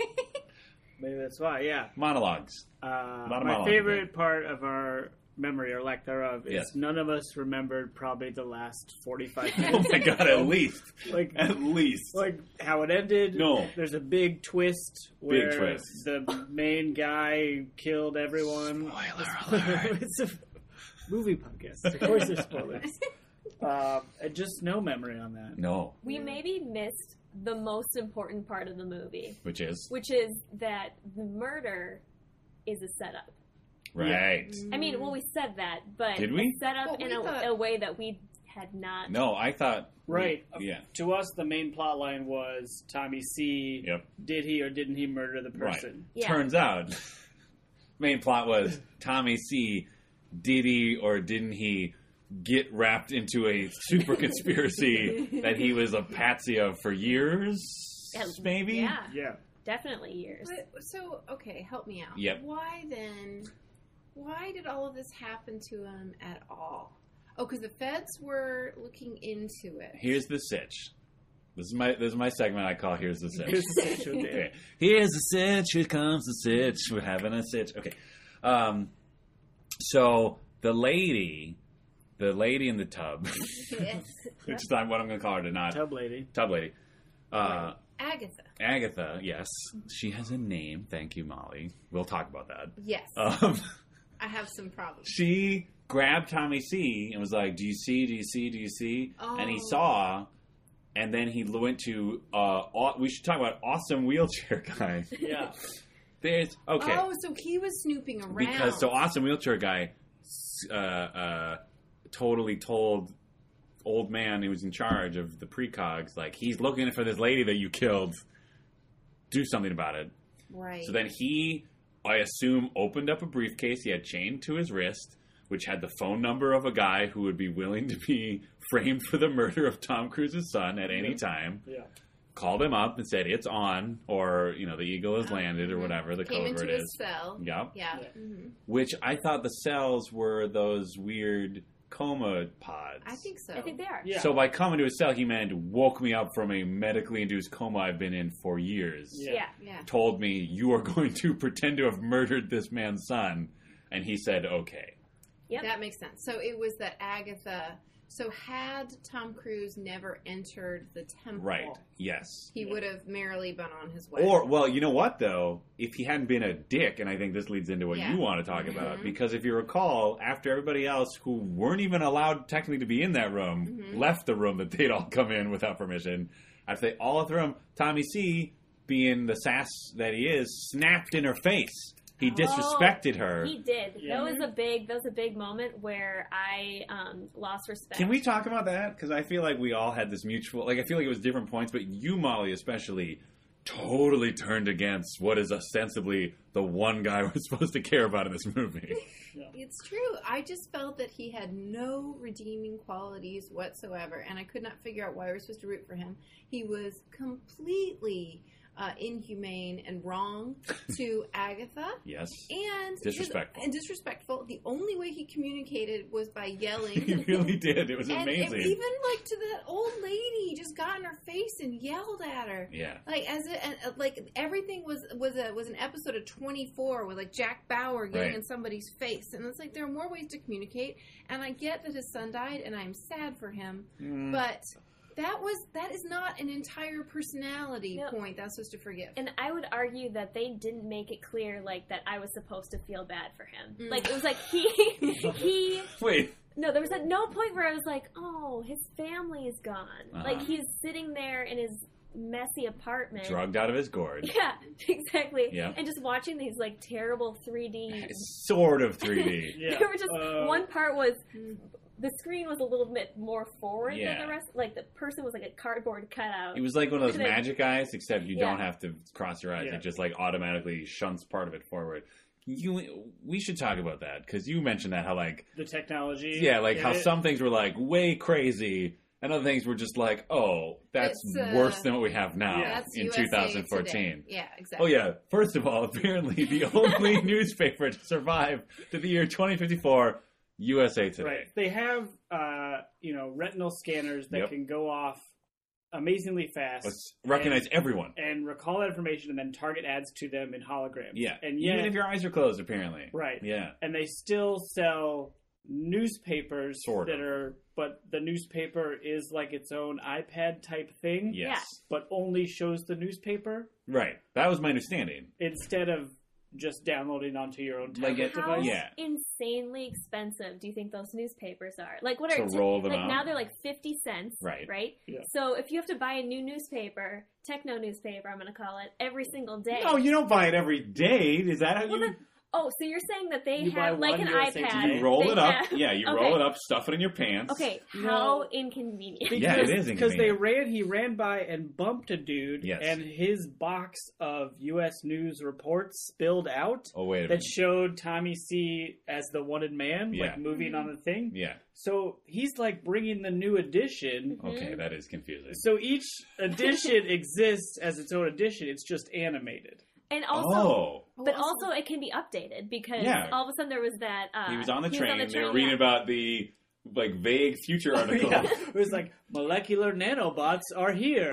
D: that's why. Yeah,
C: Monologues.
D: uh,
C: Not a
D: my
C: monologue,
D: favorite part of our memory or lack thereof, is
C: Yes.
D: none of us remembered probably the last 45
C: Oh
D: minutes.
C: my god! At least,
D: like,
C: at least.
D: like how it ended.
C: No.
D: There's a big twist where
C: twist.
D: the main guy killed everyone.
C: Spoiler alert.
D: it's a movie podcast. Of course there's spoilers. Um, and just no memory on that.
C: no,
E: We
B: Mm.
E: maybe missed the most important part of the movie,
C: which is
E: which is that the murder is a setup.
C: right.
E: I mean, well, we said that, but
C: Did we?
E: a setup
B: Mm. Well, we
E: in a,
B: thought-
E: a way that we had not.
C: No, I thought.
D: Right.
C: Yeah.
D: To us, the main plot line was Tommy C.
C: Yep.
D: Did he or didn't he murder the
C: Right.
D: person?
E: Yeah.
C: Turns out, main plot was Tommy C. Did he or didn't he get wrapped into a super conspiracy that he was a patsy of for years?
E: At-
C: Maybe.
E: Yeah,
D: Yeah.
E: definitely years.
B: But, so okay, help me out.
C: Yep.
B: Why then? Why did all of this happen to him at all? Oh, because the feds were looking into it.
C: Here's the sitch. This is my this is my segment I call "Here's the sitch."
D: okay.
C: Okay. Here's the sitch. Here comes the sitch. We're having a sitch. Okay. Um, so the lady, the lady in the tub, which is not what I'm going to call her tonight. Tub,
D: Tub lady.
C: tub lady. Uh,
B: Agatha.
C: Agatha. Yes, she has a name. Thank you, Molly. We'll talk about that.
B: Yes,
C: Um,
B: I have some problems.
C: she grabbed Tommy C and was like, "Do you see? Do you see? Do you see?" And he
B: Oh.
C: saw. And then he went to uh, aw- we should talk about awesome wheelchair guy.
D: Yeah.
C: There's okay.
B: Oh, so he was snooping around.
C: because so awesome wheelchair guy s- uh, uh, totally told old man who was in charge of the precogs like he's looking for this lady that you killed do something about it
B: right.
C: so then he i assume opened up a briefcase he had chained to his wrist which had the phone number of a guy who would be willing to be framed for the murder of tom cruise's son at any time
D: Yeah.
C: called him up and said it's on or you know the eagle has
B: Oh,
C: landed or
B: mhm.
C: whatever the
B: came
C: code
B: into
C: word
B: his
C: is
B: cell.
C: yep
B: Yeah.
D: Yeah.
B: Mhm.
C: which I thought the cells were those weird coma pods.
B: I think so.
E: I think they are.
D: Yeah.
C: So by coming to a cell, he meant woke me up from a medically induced coma I've been in for years.
D: Yeah.
E: Yeah.
B: yeah.
C: Told me you are going to pretend to have murdered this man's son, and he said okay.
E: Yep.
B: That makes sense. So it was that Agatha. So had Tom Cruise never entered the temple,
C: Right? Yes.
B: He
D: Yeah.
B: would have merrily been on his way.
C: Or well, you know what though, if he hadn't been a dick, and I think this leads into what
B: Yeah.
C: you want to talk about,
B: Mhm.
C: because if you recall, after everybody else who weren't even allowed technically to be in that room
B: Mhm.
C: left the room that they'd all come in without permission, after they all left the room, Tommy C, being the sass that he is, snapped in her face. He
E: Oh.
C: disrespected her.
E: He did.
D: Yeah.
E: That was a big. That was a big moment where I um, lost respect.
C: Can we talk about that? Because I feel like we all had this mutual. Like I feel like it was different points, but you, Molly, especially, totally turned against what is ostensibly the one guy we're supposed to care about in this movie.
B: It's true. I just felt that he had no redeeming qualities whatsoever, and I could not figure out why we were supposed to root for him. He was completely uh, inhumane and wrong to Agatha.
C: Yes.
B: And his-
C: Disrespectful.
B: and disrespectful. The only way he communicated was by
C: He
B: yelling.
C: really did. It was
B: and it-
C: amazing.
B: even like to that old lady, he just got in her face and yelled at her.
C: yeah.
B: Like as it, and, uh, like everything was was a was an episode of Twenty Four with like Jack Bauer getting
C: Right.
B: in somebody's face, and it's like there are more ways to communicate. And I get that his son died, and I'm sad for him,
D: Mm.
C: Mm.
B: but that was that is not an entire personality
E: No.
B: point that's supposed to forgive.
E: And I would argue that they didn't make it clear, like that I was supposed to feel bad for him.
B: Mm.
E: Like it was like he, he.
C: Wait.
E: No, there was at no point where I was like, oh, his family is gone.
C: Uh-huh.
E: Like he's sitting there in his messy apartment.
C: Drugged out of his gourd.
E: Yeah, exactly.
C: Yeah.
E: And just watching these like terrible 3D.
C: Sort of 3D.
D: Yeah.
E: There were just
D: Uh,
E: one part was
B: Mm.
E: the screen was a little bit more forward
C: Yeah.
E: than the rest. Like the person was like a cardboard cutout.
C: It was like one of those
E: Look at that.
C: magic eyes, except you
E: Yeah.
C: don't have to cross your eyes.
D: Yeah.
C: It just like automatically shunts part of it forward. You, we should talk about that because you mentioned that how like
D: The technology.
C: yeah, like how
D: it-
C: some things were like way crazy, and other things were just like oh that's
B: It's, uh,
C: worse than what we have now
D: yeah.
B: That's
C: in
B: USA
C: 2014.
B: Today. Yeah,
C: Oh
B: exactly.
C: yeah. First of all, apparently the only newspaper to survive to the year 2054, USA Today.
D: Right. They have, uh, you know, retinal scanners that
C: Yep.
D: can go off amazingly fast
C: Let's recognize everyone.
D: and recall that information and then target ads to them in holograms.
C: Yeah.
D: And
C: Even
D: yet,
C: if your eyes are closed, apparently.
D: right.
C: Yeah.
D: And they still sell newspapers
C: Sort
D: that
C: of.
D: are, but the newspaper is like its own iPad type thing,
C: Yes.
D: but only shows the newspaper
C: Right. That was my understanding.
D: instead of just downloading onto your own
C: Like
D: tablet
C: it-
E: How
D: device.
C: yeah.
E: insanely expensive do you think those newspapers are? Like what are
C: To roll them
E: like
C: out.
E: now they're like fifty cents,
C: Right.
E: Right.
D: Yeah.
E: So if you have to buy a new newspaper, techno newspaper, I'm going to call it every single day.
C: No, you don't buy it every day. Is that how
E: Well,
C: you?
E: then- oh, so you're saying that they
D: You
E: have
D: buy
E: like
D: one
E: an
D: USA
E: iPad?
D: today.
C: You roll
E: they
C: it up.
E: have-
C: Yeah, you
E: Okay.
C: roll it up, stuff it in your pants.
E: Okay,
D: No.
E: how inconvenient.
C: Yeah, it is
D: because they
C: inconvenient.
D: ran. He ran by and bumped a dude,
C: Yes.
D: and his box of U.S. news reports spilled out
C: Oh wait a
D: that
C: minute.
D: showed Tommy C as the wanted man,
C: Yeah.
D: like moving on the thing.
C: yeah.
D: So he's like bringing the new edition.
C: Okay, that is confusing.
D: So each edition exists as its own edition. It's just animated.
E: And also,
B: Oh,
E: but also it can be updated because
C: Yeah.
E: all of a sudden there was that
C: oh,
E: uh,
C: he was on the train. they were
E: train,
C: reading
E: yeah.
C: about the like vague future article.
D: Yeah. It was like molecular nanobots are here.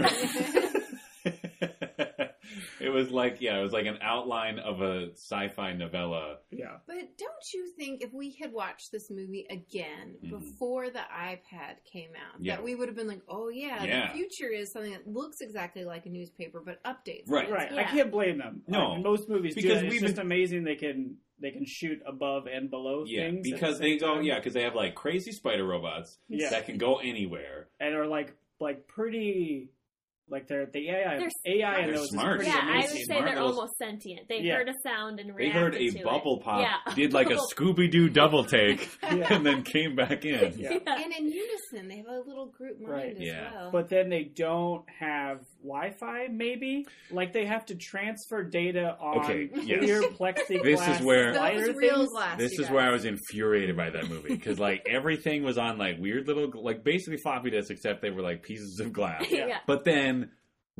C: it was like yeah, it was like an outline of a sci-fi novella.
D: yeah,
B: But don't you think if we had watched this movie again
C: Mhm.
B: before the iPad came out,
C: Yeah.
B: that we would have been like, oh, yeah,
C: Yeah.
B: the future is something that looks exactly like a newspaper but updates.
C: Right.
D: right. I
E: Yeah.
D: can't blame them.
C: No.
D: Like, most movies do
C: Because
D: that. It's
C: we've
D: just
C: been-
D: amazing they can they can shoot above and below
C: Yeah,
D: things at
C: because
D: the
C: they
D: same
C: go
D: time.
C: yeah, because they have like crazy spider robots
D: Yeah.
C: that can go anywhere.
D: and are like like pretty like they're the AI
E: They're
D: AI in
C: They're
D: those is
C: smart.
D: pretty
E: Yeah, I would
D: amazing.
E: say
C: Smart
E: they're
C: little-
E: almost sentient. They
D: Yeah.
E: heard a sound and
C: They
E: reacted
C: heard a
E: to it.
C: bubble pop,
E: Yeah.
C: did like a
E: Bubble-
C: Scooby Doo double take,
D: Yeah.
C: and then came back in.
D: Yeah.
E: Yeah.
B: And in unison, they have a little group mind
D: Right.
B: as
C: Yeah.
B: well.
D: But then they don't have Wi-Fi. Maybe like they have to transfer data on
C: Okay, yes.
D: clear plexiglass.
C: This is where-
B: That was
D: slider
B: real
D: things.
B: glass,
C: This
B: you
C: is where I
B: guys.
C: was infuriated by that movie because like everything was on like weird little like basically floppy disks except they were like pieces of glass.
D: Yeah.
E: yeah.
C: But then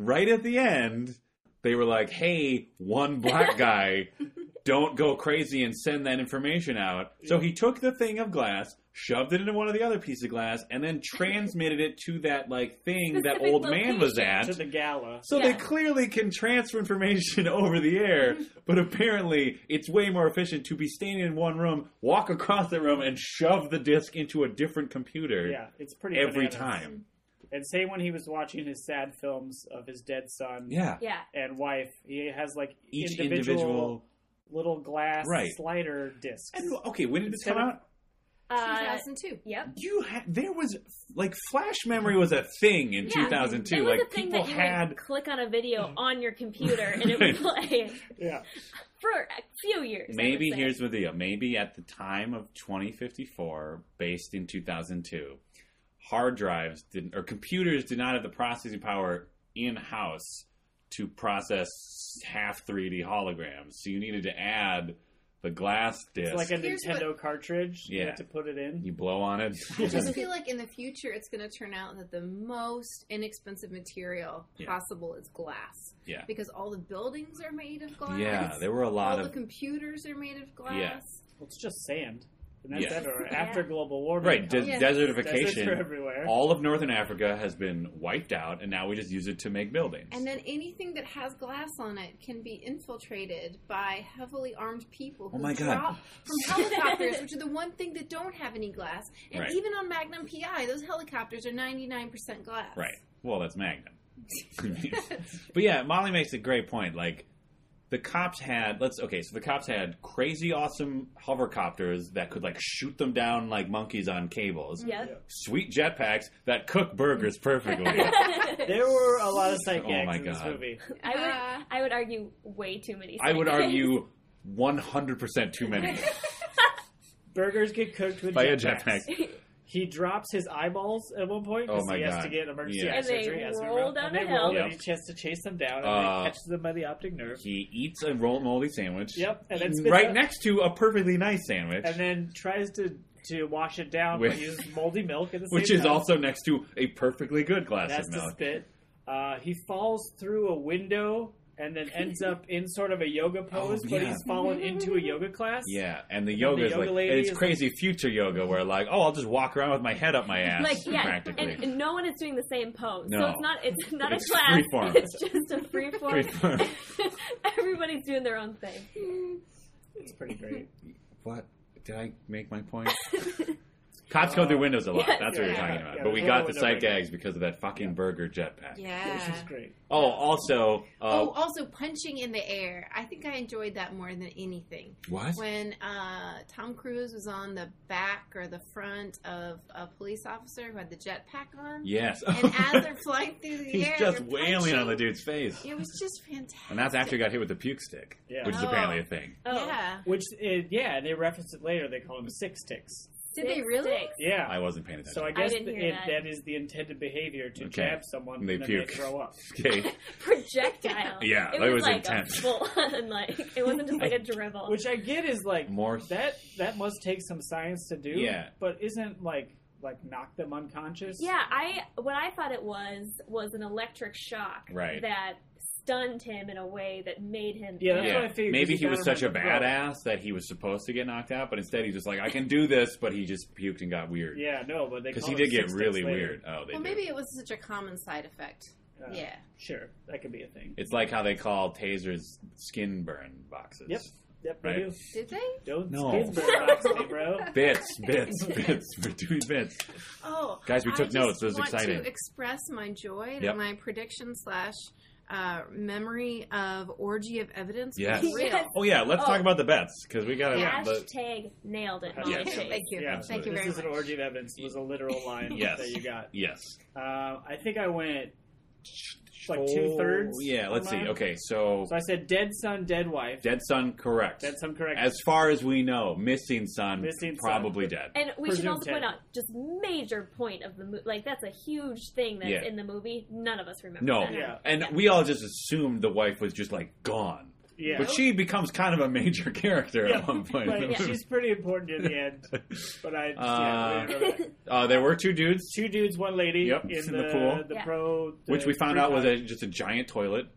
C: right at the end, they were like, "Hey, one black guy, don't go crazy and send that information out." So he took the thing of glass, shoved it into one of the other pieces of glass, and then transmitted it to that like thing that
E: Specific
C: old man was
E: location.
C: at.
D: to the gala.
C: So they
E: Yeah.
C: clearly can transfer information over the air, but apparently it's way more efficient to be standing in one room, walk across the room, and shove the disc into a different computer
D: Yeah, it's pretty
C: every
D: bananas.
C: time.
D: And say when he was watching his sad films of his dead son
C: Yeah.
E: Yeah.
D: and wife, he has like
C: Each
D: individual,
C: individual.
D: little glass
C: Right.
D: slider discs.
C: And, uh, okay, when did this come out?
E: Uh,
B: 2002.
E: yep.
C: You ha- there was like flash memory was a thing in
E: Yeah,
C: 2002.
E: It was
C: like
E: a thing
C: people
E: that you
C: had
E: would click on a video on your computer and it would play
D: yeah,
E: for a few years. I
C: Maybe
E: would say.
C: here's the deal. Maybe at the time of 2054, based in 2002, hard drives didn't or computers did not have the processing power in house to process half 3D holograms. So you needed to add the glass disc.
D: it's like a
B: Here's
D: Nintendo cartridge. You
C: Yeah.
D: have to put it in.
C: you blow on it.
B: I just feel like in the future it's going to turn out that the most inexpensive material
C: Yeah.
B: possible is glass.
C: Yeah.
B: Because all the buildings are made of glass.
C: yeah, there were a
B: all
C: lot
B: the
C: of
B: computers are made of glass.
C: Yeah.
D: Well, it's just sand. And that's
C: Yeah.
D: it. Or
E: Yeah.
D: after global warming,
C: right des-
B: Yeah.
D: deserts are
C: desertification.
D: everywhere.
C: All of northern Africa has been wiped out, and now we just use it to make buildings.
B: And then anything that has glass on it can be infiltrated by heavily armed people who
C: Oh my God.
B: drop from helicopters, which are the one thing that don't have any glass. And
C: Right.
B: even on Magnum PI, those helicopters are 99% glass.
C: Right. Well, that's Magnum. but yeah, Molly makes a great point. Like the cops had let's okay, so the cops had crazy awesome hovercopters that could like shoot them down like monkeys on cables.
E: Yep.
C: Sweet jetpacks that cook burgers perfectly.
D: There were a lot of sight
C: Oh
D: gags
C: my
D: in this
C: God.
D: movie.
E: I
B: Uh,
E: would I would argue way too many.
C: I would
E: seconds.
C: argue 100% too many
D: Burgers get cooked with
C: by a
D: jetpacks.
C: jetpack.
D: He drops his eyeballs at one point because
C: Oh my
D: he has to
C: God.
D: get emergency
C: Yeah.
D: eye
E: And they
D: surgery. as we
E: roll
D: roll.
E: down
D: and
E: a
D: they
E: hill.
D: roll,
C: Yep.
D: and he has to chase them down, and
C: Uh,
D: they catches them by the optic nerve.
C: He eats a roll moldy sandwich.
D: Yep, and then
C: eaten
D: spits
C: right
D: up-
C: next to a perfectly nice sandwich,
D: And then tries to to wash it down,
C: With-
D: but uses moldy milk at the same
C: which is
D: time.
C: also next to a perfectly good glass
D: That's
C: of
D: the
C: milk.
D: spit. Uh, he falls through a window and then ends up in sort of a yoga pose, but
C: Oh, yeah.
D: he's fallen into a yoga class.
C: Yeah, and the yoga is
D: yoga
C: like
D: lady
C: and it's
D: is
C: crazy future yoga where like oh I'll just walk around with my head up my ass
E: like yeah,
C: practically.
E: and, and no one is doing the same pose, so
C: No.
E: it's not it's not
C: It's
E: a class.
C: freeform.
E: It's just a free form.
C: Freeform.
E: Everybody's doing their own thing.
D: It's pretty great.
C: what did I make my point? Cops go through windows a lot.
E: Yes.
C: That's what we are
B: Yeah.
C: talking about.
D: Yeah,
C: but
D: the
C: we
D: window
C: got the
D: window
C: sight
D: breaker.
C: gags because of that fucking burger jetpack.
B: Yeah.
D: Which
E: Uh,
D: is great.
C: Oh, also, uh,
B: oh, also punching in the air. I think I enjoyed that more than anything.
C: what?
B: When uh, Tom Cruise was on the back or the front of a police officer who had the jetpack on,
C: Yes.
B: and as they're flying through the
C: He's
B: air,
C: just
B: they're
C: wailing on the
B: punching.
C: dude's face.
B: It was just fantastic.
C: And that's after he got hit with the puke stick,
D: Yeah.
C: which is
B: Oh.
C: apparently a thing.
E: Oh,
B: Yeah.
D: Which, it, yeah, they reference it later. They call him six ticks.
B: Did they really?
E: Sticks.
D: Yeah.
C: I wasn't paying attention.
D: so I guess
E: didn't
D: th-
E: hear
D: it,
E: that.
D: that is the intended behavior to
C: Okay.
D: jab someone
C: They
D: and then
C: puke.
D: they throw up.
C: okay.
E: projectile.
C: Yeah,
E: it
C: that
E: was,
C: was
E: like
C: intense.
E: A full on, like it wasn't just like a dribble.
D: Which I get is like
C: More
D: that that must take some science to do.
C: Yeah.
D: But isn't like like knock them unconscious?
E: yeah, I what I thought it was was an electric shock
C: Right.
E: that stunned him in a way that made him.
D: Yeah, that's
C: Yeah.
D: what I figured.
C: Maybe
D: Just
C: he was
D: got him
C: such a
D: on the throat.
C: badass that he was supposed to get knocked out, but instead he's just like, I can do this, but he just puked and got weird.
D: Yeah, no, but they
C: Because
D: call
C: he
D: him
C: did get
D: six
C: really
D: ticks later.
C: weird. Oh, they
B: Well,
C: did.
B: maybe it was such a common side effect.
D: Uh,
B: Yeah.
D: sure, that could be a thing.
C: It's like how they call tasers skin burn boxes.
D: Yep. Yep,
C: Right.
D: they do.
B: Did they?
D: Don't
C: No.
D: no. box me, bro.
C: Bits, bits, bits. We're doing bits.
B: Oh,
C: Guys, we
B: I
C: took
B: just
C: notes. It was
B: want
C: exciting.
B: To express my joy that
C: Yep.
B: my prediction slash uh, memory of orgy of evidence
C: Yes.
B: was real.
E: Yes.
C: Oh yeah, let's
E: Oh.
C: talk about the bets because we got to.
B: Yeah.
C: The,
E: Hashtag nailed it.
D: Hashtag-
C: Yes.
B: Thank you.
D: Yeah,
B: Thank you
D: this
B: very
D: is
B: much.
D: an orgy of evidence. Was a literal line
C: Yes.
D: that you got.
C: yes.
D: Uh, I think I went like two thirds.
C: Oh, Yeah. Let's see. Okay. So,
D: So I said dead son, dead wife.
C: dead son, correct.
D: Dead son, correct.
C: As far as we know, missing son,
D: Missing son.
C: probably dead.
E: And we should
D: Presumed
E: also point
D: dead.
E: out just major point of the movie. Like that's a huge thing that's
C: Yeah.
E: in the movie. None of us remember.
C: No.
E: that.
D: Yeah.
C: And we all just assumed the wife was just like gone.
D: yeah.
C: But she becomes kind of a major character
D: yeah.
C: at one point.
D: But she's pretty important in the end. But I, yeah,
C: Uh,
D: I remember that.
C: uh, there were two dudes,
D: two dudes, one lady
C: Yep,
D: in,
C: it's in
D: the,
C: the pool.
D: the
E: Yeah.
D: pro, the
C: which we found
D: free
C: out was
D: time.
C: a, just a giant toilet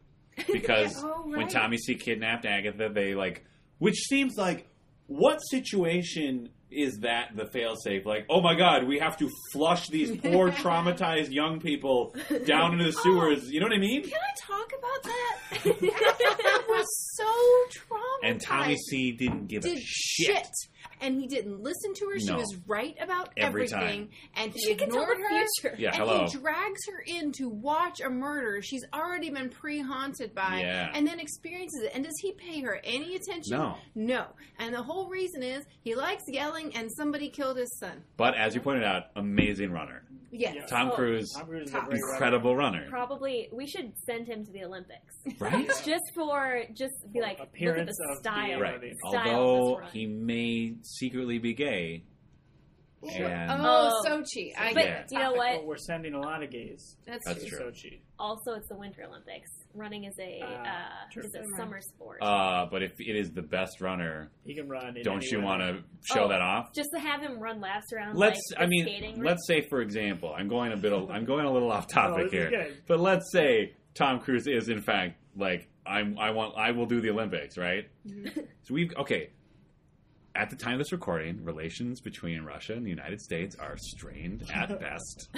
C: because
B: Yeah, oh,
C: when
B: right.
C: Tommy C kidnapped Agatha, they like, which seems like what situation is that the failsafe? Like, oh my god, we have to flush these poor traumatized young people down into the
D: Oh.
C: sewers. You know what I mean?
B: Can I talk about that? that was so traumatized.
C: And Tommy C didn't give
B: did
C: a shit.
B: shit. And he didn't listen to her. She
C: No.
B: was right about
C: Every
B: everything.
C: time.
B: And he
E: She can tell
B: ignored her.
E: the future.
C: Yeah,
B: and
C: hello.
B: he drags her in to watch a murder she's already been pre-haunted by
C: Yeah.
B: and then experiences it. And does he pay her any attention?
C: No.
B: No. And the whole reason is he likes yelling and somebody killed his son.
C: But as you pointed out, amazing runner.
B: Yes.
D: Yeah.
C: Tom
E: Oh,
C: Cruise,
D: Tom Cruise is a
B: Top.
D: great runner.
C: incredible runner.
E: Probably we should send him to the Olympics
C: Right?
E: just for just be like look at
D: appearance
E: the
D: of the-
E: style.
C: Right.
D: Style
C: Although
E: of this run.
C: he may secretly be gay. And
B: Oh,
E: Oh.
B: Sochi. I
E: But
C: Yeah.
B: get
E: you know
B: what?
E: what?
D: Well, we're sending a lot of gays
B: That's,
C: That's
B: true.
D: to
C: true.
D: Sochi.
E: Also, it's the Winter Olympics. Running is a uh,
D: Ah, true.
E: is a summer sport.
C: uh, but if it is the best runner,
D: He can run. In
C: don't
D: any
C: you
D: way.
C: want to show
E: Oh,
C: that off?
E: just to have him run laps around.
C: Let's.
E: like, the
C: I
E: skating
C: mean,
E: rink.
C: let's say for example, I'm going a bit. Of, I'm going a little off
D: Oh,
C: topic
D: this is
C: here,
D: good.
C: but let's say Tom Cruise is in fact like I'm. I want. I will do the Olympics, right?
E: Mm-hmm.
C: so we've okay. At the time of this recording, relations between Russia and the United States are strained at best.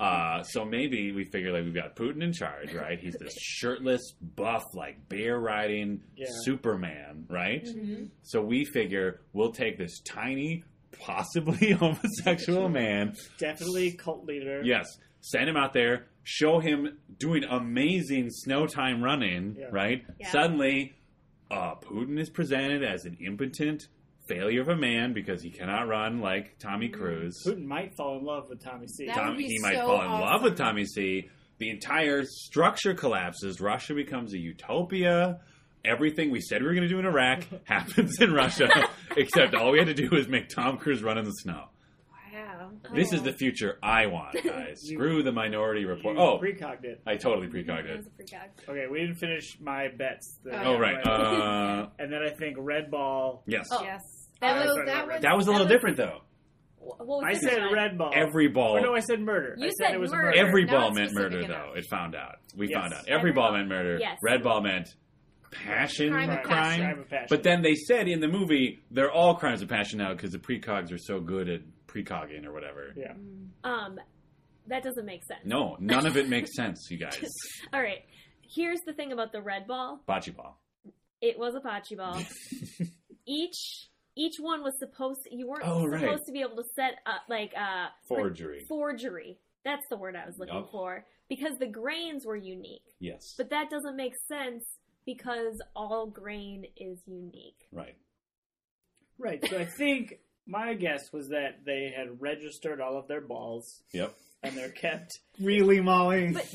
C: Uh, so maybe we figure like we've got Putin in charge, right? He's this shirtless, buff, like bear riding
D: Yeah.
C: Superman, right?
E: Mm-hmm.
C: So we figure we'll take this tiny, possibly homosexual man.
D: Definitely cult leader.
C: Yes, send him out there, show him doing amazing snow time running,
D: Yeah.
C: right?
E: Yeah.
C: Suddenly, uh, Putin is presented as an impotent failure of a man because he cannot run like Tommy Cruise.
D: Mm. Putin might fall in love with Tommy C.
B: That- would
C: Tommy,
B: be
C: he might
B: so
C: fall in love
B: awesome.
C: with Tommy C. The entire structure collapses. Russia becomes a utopia. Everything we said we were going to do in Iraq happens in Russia, except all we had to do was make Tom Cruise run in the snow.
B: Oh, Wow.
C: This
E: Oh.
C: is the future I want, guys.
D: You-
C: Screw the minority report.
D: You
C: Oh,
D: precogged it.
C: I totally
E: Mm-hmm.
C: precogged
E: That
C: it.
E: was a precog.
D: Okay, we didn't finish my bets. that I
C: Oh,
D: had
C: right.
D: planned.
C: Uh,
D: and then I think red ball.
C: yes.
E: Yes.
B: Although
D: right,
B: that
D: right, right.
B: was
C: That was a little different, though.
E: Wh- What was
D: I
E: this
D: said
E: one?
D: red
B: Oh.
D: ball.
C: Every ball.
D: Or no, I said murder.
E: You
D: I
E: said
D: it was
E: murder.
D: murder.
C: Every
B: Not
C: ball meant
B: specific
C: murder,
B: enough.
C: though. It found out. We
D: Yes.
C: found out. Every,
E: Every
C: ball,
E: ball.
C: meant murder.
E: Yes.
C: Red ball meant passion,
B: Crime
C: crime.
B: of
D: Right. Crime of passion.
C: But then they said in the movie they're all crimes of passion now because the precogs are so good at precogging or whatever.
D: yeah.
B: Mm.
E: Um, that doesn't make sense.
C: No, none of it makes sense, you guys.
E: All right. Here's the thing about the red ball.
C: Bocce ball.
E: It was a bocce ball. each each one was supposed you weren't
C: Oh,
E: supposed
C: right.
E: to be able to set up like uh pre-
C: Forgery.
E: forgery. That's the word I was looking
C: Yup.
E: for because the grains were unique.
C: Yes.
E: But that doesn't make sense because all grain is unique.
C: right.
D: Right. So I think my guess was that they had registered all of their balls
C: Yep.
D: and they're kept really mauling.
E: But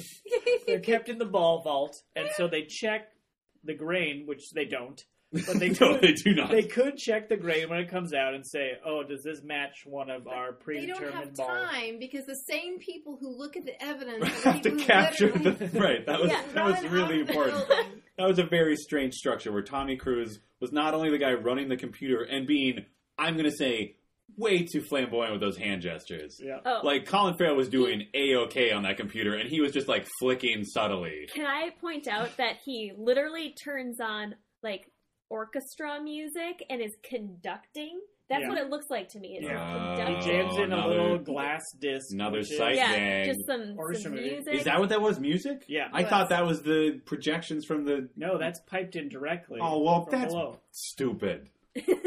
D: they're kept in the ball vault, and so they check the grain, which they don't. But they
C: no,
D: could,
C: they do not.
D: they could check the grain when it comes out and say, "Oh, does this match one of our
B: They
D: predetermined
B: don't have
D: balls?"
B: time because the same people who look at the evidence are
C: have to
B: people who
C: capture
B: literally
C: the right. That was
E: Yeah,
C: that was
B: run out
C: really
B: of the
C: important.
B: building.
C: That was a very strange structure where Tommy Cruise was not only the guy running the computer and being, I'm going to say, way too flamboyant with those hand gestures.
D: Yeah.
E: oh,
C: Like Colin Farrell was doing a okay on that computer, and he was just like flicking subtly.
E: Can I point out that he literally turns on like orchestra music and is conducting? That's
D: Yeah.
E: what it looks like to me. It's
D: Yeah.
E: yeah.
D: He
E: conducting.
D: jams in
C: Oh, another-
D: a little glass disc.
C: another
D: which is-
C: sight.
E: yeah,
C: Dang.
E: just some,
D: Orchestra
E: some
D: music.
E: music.
C: Is that what that was? Music?
D: Yeah.
C: I thought that was the projections from the.
D: No, that's piped in directly.
C: Oh well,
D: from
C: that's
D: below.
C: stupid.
E: They were-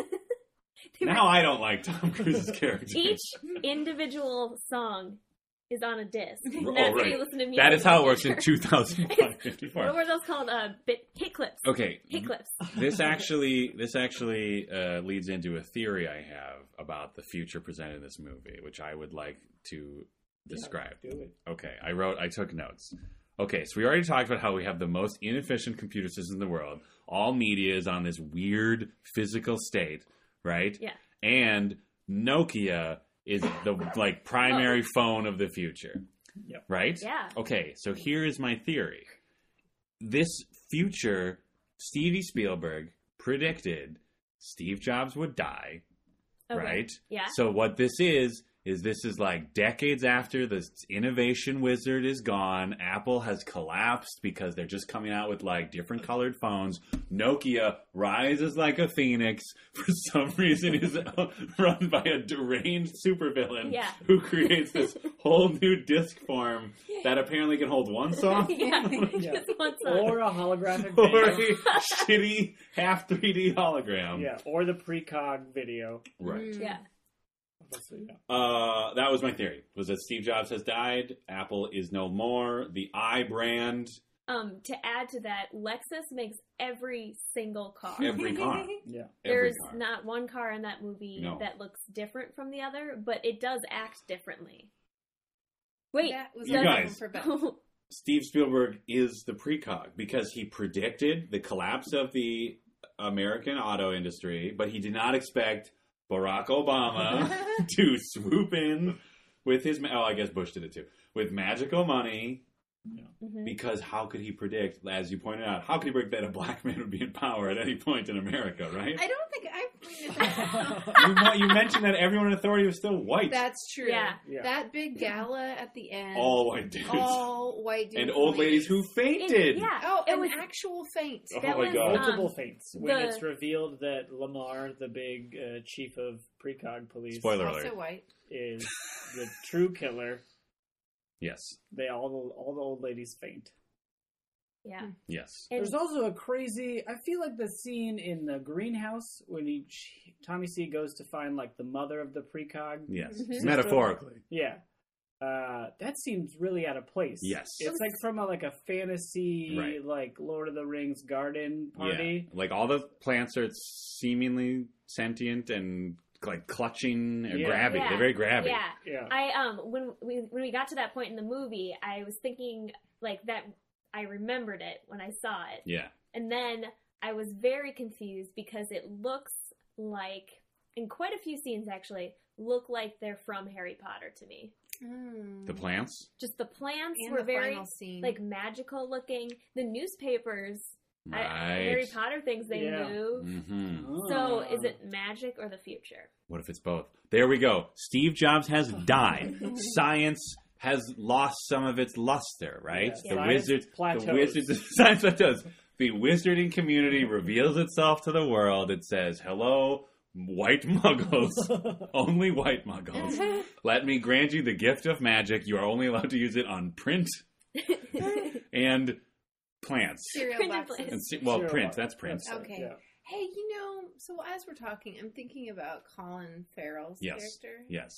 C: Now I don't like Tom Cruise's character.
E: each individual song is on a disc. And
C: Oh,
E: That's how
C: right.
E: you listen to music.
C: that is how it works in
E: What
C: 2054.
E: were those called? Uh, bit, hit clips.
C: Okay,
E: Hit clips.
C: this actually this actually uh, leads into a theory I have about the future presented in this movie, which I would like to describe.
D: Do it.
C: Okay, I wrote, I took notes. Okay, so we already talked about how we have the most inefficient computer system in the world. All media is on this weird physical state, right?
E: Yeah.
C: And Nokia is the like primary phone of the future.
D: Yep.
C: Right?
E: Yeah.
C: Okay, so here is my theory. This future, Stevie Spielberg predicted Steve Jobs would die,
E: Okay.
C: right?
E: Yeah.
C: So what this is is this is like decades after this innovation wizard is gone. Apple has collapsed because they're just coming out with like different colored phones. Nokia rises like a phoenix. For some reason, is run by a deranged supervillain
E: Yeah.
C: who creates this whole new disc form that apparently can hold one song.
E: yeah.
D: Yeah.
E: Just one song.
D: Or a holographic
C: Or
D: video.
C: a shitty half 3D hologram.
D: Yeah, or the precog video.
C: Right.
E: yeah.
B: Mm.
D: Obviously, yeah.
C: Uh, that was my theory. Was that Steve Jobs has died? Apple is no more. The i brand,
E: Um, to add to that, Lexus makes every single car.
C: every car,
D: Yeah.
C: every
E: There's
C: car.
E: not one car in that movie
C: No.
E: that looks different from the other, but it does act differently. Wait,
B: That was
C: You
B: a
C: guys.
B: for Beth.
E: oh,
C: Steve Spielberg is the precog because he predicted the collapse of the American auto industry, but he did not expect Barack Obama to swoop in with his. Ma- oh, I guess Bush did it too with magical money.
E: mhm.
C: Because how could he predict, as you pointed out, how could he predict that a black man would be in power at any point in America, right?
B: I don't think I pointed that out.
C: you, you mentioned that everyone in authority was still white.
B: That's true.
E: Yeah.
D: Yeah.
B: That big gala at the end.
C: all white dudes
B: all white dudes.
C: and old ladies who
E: It-
C: fainted.
E: yeah,
B: Oh,
E: it
B: an
E: was
B: actual faint.
C: Oh
E: that
C: my
E: was,
C: God.
D: Multiple
E: um,
D: faints. When
E: the-
D: it's revealed that Lamar, the big uh, chief of precog police,
C: Spoiler alert.
B: Also white.
D: is the true killer,
C: Yes.
D: they all the, all the old ladies faint.
E: yeah.
C: Yes.
E: And
D: There's also a crazy. I feel like the scene in the greenhouse when he, Tommy C goes to find like the mother of the precog.
C: Yes.
E: Mhm.
C: Metaphorically.
D: Yeah. Uh, that seems really out of place.
C: Yes.
D: It's like from a, like a fantasy,
C: Right.
D: like Lord of the Rings garden
C: Yeah.
D: party.
C: Like all the plants are seemingly sentient and like clutching and
D: Yeah.
C: grabbing.
E: Yeah.
C: They're very grabbing.
E: yeah,
D: Yeah.
E: I um when we when we got to that point in the movie, I was thinking like that. I remembered it when I saw it,
C: Yeah.
E: And then I was very confused because it looks like, in quite a few scenes actually, look like they're from Harry Potter to me.
B: Mm.
D: Hmm.
C: The
E: Mm-hmm.
C: plants.
E: Just the plants
B: And
E: were
B: the
E: very
B: final scene.
E: like magical looking. The newspapers I- Harry
C: Right.
E: Potter things they
D: Yeah.
E: move.
C: hmm
E: So is it magic or the future?
C: What if it's both? There we go. Steve Jobs has died. Science has lost some of its luster, right?
D: Yeah.
C: The
D: Science
C: wizards,
D: plateaus.
C: the wizards, science plateaus. The wizarding community reveals itself to the world. It says, "Hello, white muggles. only white muggles. Let me grant you the gift of magic. You are only allowed to use it on print and plants."
B: Cereal
E: Printed
B: boxes.
E: plans.
C: And se- well,
D: Sure.
C: prints. That's prints.
B: That's- Okay. Hey, you know, so as we're talking, I'm thinking about Colin Farrell's
C: Yes.
B: character
C: Yes.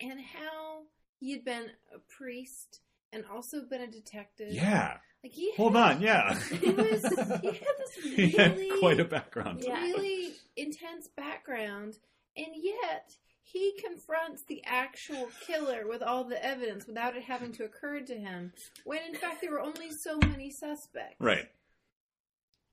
B: and how he had been a priest and also been a detective.
C: Yeah.
B: Like he
C: Hold
B: had-
C: on. Yeah.
B: He was he had this
C: he
B: really
C: had quite a background.
E: Yeah.
B: really intense background and yet he confronts the actual killer with all the evidence without it having to occur to him when in fact there were only so many suspects.
C: Right.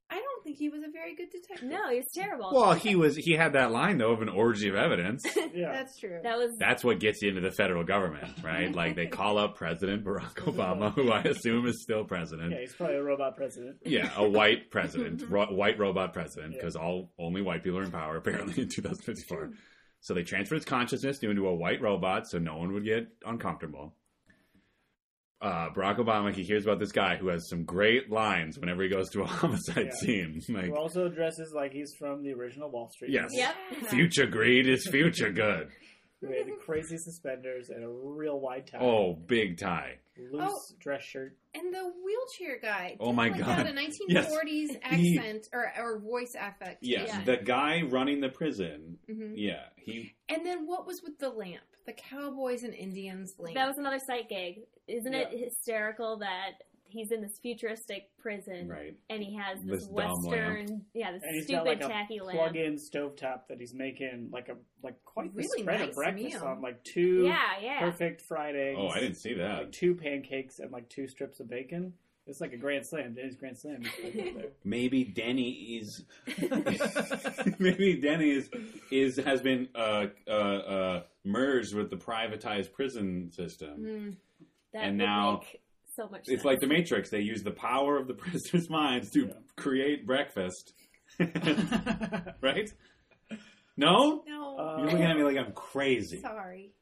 B: I don't think he was a very good detective.
E: No, he's terrible.
C: Well, he was he had that line though of an orgy of evidence.
D: Yeah.
B: That's true.
E: that was
C: That's what gets you into the federal government, right? Like they call up President Barack Obama, who I assume is still president.
D: yeah, he's probably a robot president.
C: Yeah, a white president, ro- white robot president, because all only white people are in power apparently in 2054. So they transferred his consciousness into a white robot, so no one would get uncomfortable. Uh, Barack Obama, he hears about this guy who has some great lines whenever he goes to a homicide
D: Yeah.
C: scene, like
D: Who also dresses like he's from the original Wall Street.
C: Yes.
D: Movie.
E: yep.
C: "Future greed is future good."
D: Who had the crazy suspenders and a real wide tie.
C: Oh, big tie.
D: Loose
B: Oh.
D: dress shirt.
B: And the wheelchair guy.
C: Oh my
B: definitely
C: God.
B: Got a 1940s
C: He-
B: accent or, or voice affect.
C: Yes,
E: Yeah.
C: the guy running the prison.
B: hmm
C: Yeah, he.
B: And then what was with the lamp? The cowboys and Indians lamp.
E: That was another sight gig. Isn't it hysterical that he's in this futuristic prison
C: Right.
E: and he has this,
C: This dumb
E: western, yeah, this
D: And he's
E: stupid
D: got like a
E: tacky lamp.
D: plug-in stovetop that he's making like a like quite the
B: Really
D: spread
B: nice
D: of breakfast
B: meal.
D: on like two
E: Yeah, yeah.
D: perfect fried eggs.
C: Oh, I didn't see
D: Like
C: that.
D: two pancakes and like two strips of bacon. It's like a grand slam. Denny's grand slam. is like up there.
C: Maybe Denny is. Maybe Denny is is has been uh, uh, uh, merged with the privatized prison system.
D: Mm-hmm.
B: Mm.
E: That
C: and
E: would
C: now-
E: make so much.
C: It's
E: sense.
C: like the Matrix. They use the power of the prisoners' minds to
D: Yeah.
C: create breakfast. right? No,
B: No.
D: Uh,
C: you're looking at me like I'm crazy.
B: Sorry.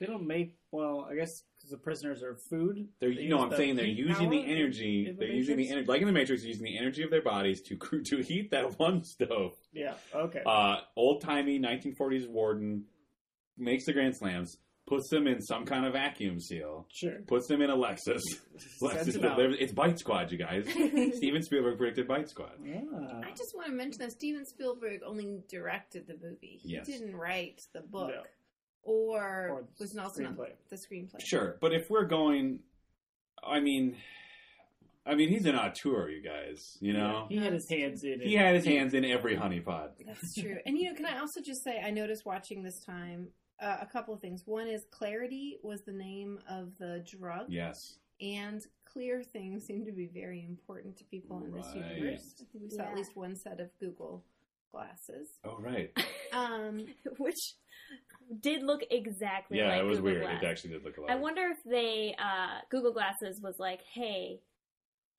D: They don't make well. I guess because the prisoners are food.
C: They're,
D: They
C: you know,
D: use
C: I'm
D: the
C: saying they're
D: heat
C: using the
D: power
C: energy.
D: in the
C: they're using the
D: Matrix?
C: energy, like in the Matrix, they're using the energy of their bodies to cr- to heat that one stove.
D: Yeah. Okay.
C: Uh, old timey 1940s warden makes the grand slams, puts them in some kind of vacuum seal,
D: sure.
C: puts them in a Lexus. Lexus
D: Sends them out.
C: it's Bite Squad, you guys. Steven Spielberg predicted Bite Squad.
D: Ah.
B: I just want to mention that Steven Spielberg only directed the movie. He
C: Yes.
B: didn't write the book
D: No.
B: or,
D: Or the
B: was also not
D: screenplay.
B: the screenplay.
C: Sure, but if we're going, I mean, I mean, he's an auteur, you guys. You know,
D: he had his hands in it.
C: he had his hands in every honeypot.
B: That's true. And you know, can I also just say I noticed watching this time uh, a couple of things. One is clarity was the name of the drug,
C: Yes.
B: and clear things seem to be very important to people in this
C: Right.
B: universe. I think we saw
E: Yeah.
B: at least one set of Google glasses.
C: Oh right.
B: Um,
E: which did look exactly.
C: Yeah,
E: like
C: it was
E: Google
C: weird.
E: Glass.
C: It actually did look a lot.
E: I wonder if they uh, Google Glasses was like, "Hey,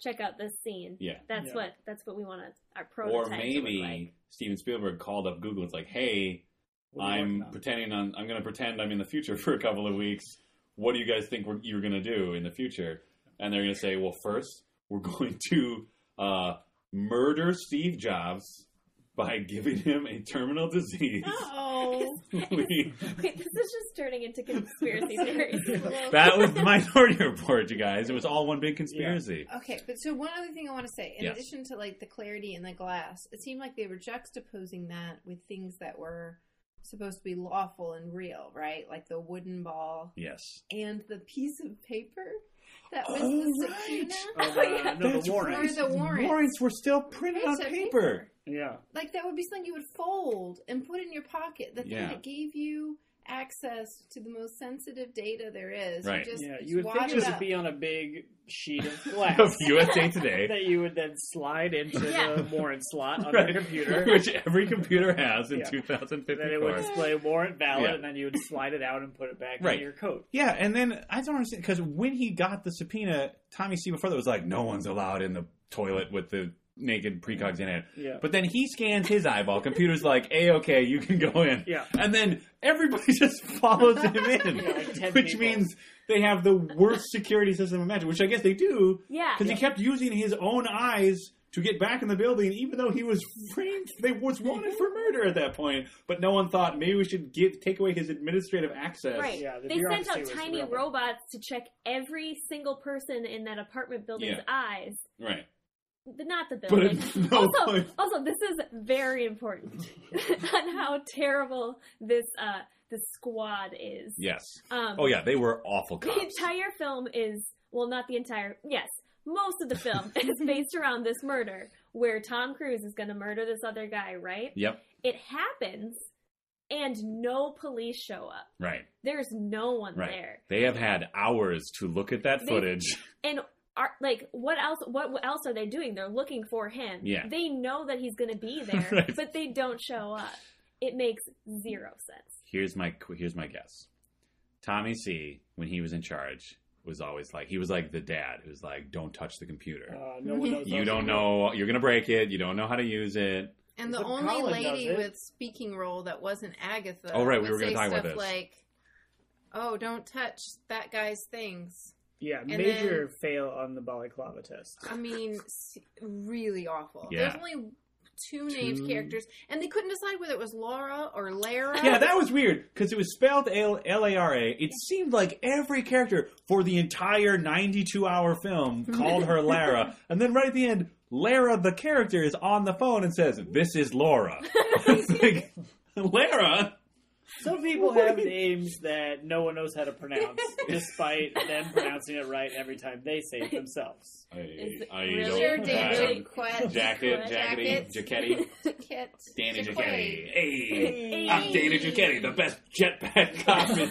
E: check out this scene.
C: Yeah.
E: That's
D: Yeah.
E: what that's what we want to our prototype to
C: Or
E: look like."
C: maybe Steven Spielberg called up Google. and was like, "Hey,
D: What are you
C: I'm
D: working on?
C: pretending on. I'm going to pretend I'm in the future for a couple of weeks. What do you guys think we're, you're going to do in the future?" And they're going to say, "Well, first we're going to uh, murder Steve Jobs by giving him a terminal disease."
B: oh,
C: We-
E: Wait, this is just turning into conspiracy theories.
C: that was the Minority Report, you guys. It was all one big conspiracy.
B: Okay, but so one other thing I want to say, in
C: Yes.
B: addition to like the clarity and the glass, it seemed like they were juxtaposing that with things that were supposed to be lawful and real, right? Like the wooden ball
C: Yes.
B: and the piece of paper that was
C: Oh,
B: the
C: right.
B: subpoena
D: Oh, the- no, the
C: That's
D: warrant.
B: or the warrant.
C: Warrants were still printed
B: Piece
C: on
B: of
C: paper.
D: Yeah.
B: Like that would be something you would fold and put in your pocket. The thing
C: Yeah.
B: that gave you access to the most sensitive data there is. You
C: Right.
B: just,
D: yeah.
B: just
D: You would
B: wad
D: think it
B: it
D: would
B: up.
D: be on a big sheet of glass.
C: Of USA Today.
D: that you would then slide into
E: Yeah.
D: the warrant slot on
C: Right.
D: your computer.
C: which every computer has in
D: Yeah. then it would
C: 2054.
D: display warrant valid,
C: Yeah.
D: and then you would slide it out and put it back
C: Right.
D: in your coat.
C: Yeah, and then I don't understand because when he got the subpoena, Tommy C. before that was like, no one's allowed in the toilet with the naked precogs in it.
D: Yeah.
C: But then he scans his eyeball. Computer's like, "A okay, you can go in."
D: Yeah.
C: And then everybody just follows him in,
D: Yeah, like 10
C: which
D: people.
C: means they have the worst security system imaginable. Which I guess they do
E: Yeah.
C: because he kept using his own eyes to get back in the building, even though he was framed. They was wanted for murder at that point, but no one thought maybe we should get take away his administrative access.
E: Right.
D: Yeah, the
E: they sent
D: bureaucracy
E: out
D: was
E: tiny
D: real.
E: robots to check every single person in that apartment building's
C: Yeah.
E: eyes.
C: Right.
E: But not the
C: But
E: building.
C: at no
E: also,
C: point.
E: also, this is very important on how terrible this uh, this squad is.
C: Yes.
E: Um,
C: Oh yeah, they were awful
E: The
C: cops.
E: entire film is well, not the entire. Yes, most of the film is based around this murder where Tom Cruise is going to murder this other guy. Right?
C: Yep.
E: It happens, and no police show up.
C: Right.
E: There's no one
C: Right.
E: there.
C: They have had hours to look at that
E: They-
C: footage.
E: and are like what else what else are they doing they're looking for him
C: Yeah.
E: they know that he's going to be there
C: Right.
E: but they don't show up it makes zero sense
C: Here's my qu- here's my guess. Tommy C, when he was in charge, was always like he was like the dad who's like, "Don't touch the computer.
D: Uh, no one knows
C: you
D: those
C: don't
D: people.
C: know. You're gonna break it. You don't know how to use it."
B: And the
D: But
B: only
D: Colin does
B: lady
D: it.
B: with speaking role that wasn't Agatha.
C: Oh, right, we
B: would
C: were gonna
B: say
C: talk about
B: stuff
C: this.
B: Like, oh, don't touch that guy's things.
D: Yeah,
B: then-
D: major fail on the balaclava test.
B: I mean, s- really awful.
C: Yeah.
B: There's only two named
C: Two.
B: characters, and they couldn't decide whether it was Laura or Lara.
C: Yeah, that was weird because it was spelled L A R A. It seemed like every character for the entire 92 hour film called her Lara. And then right at the end, Lara, the character, is on the phone and says, This is Laura. it's like, Lara?
D: Some people have names that no one knows how to pronounce, despite them pronouncing it right every time they say it themselves.
E: Is it
C: I
E: really-
C: don't-
B: Sure,
E: Nope.
B: David.
E: Jacket,
B: Quet.
C: Jacket, jackety,
B: Jacket.
C: jackety,
B: Jacket.
C: Danny
B: Jaquette.
C: Jackety. Hey,
E: Hey.
C: I'm Danny Jackety, the best jetpack cop in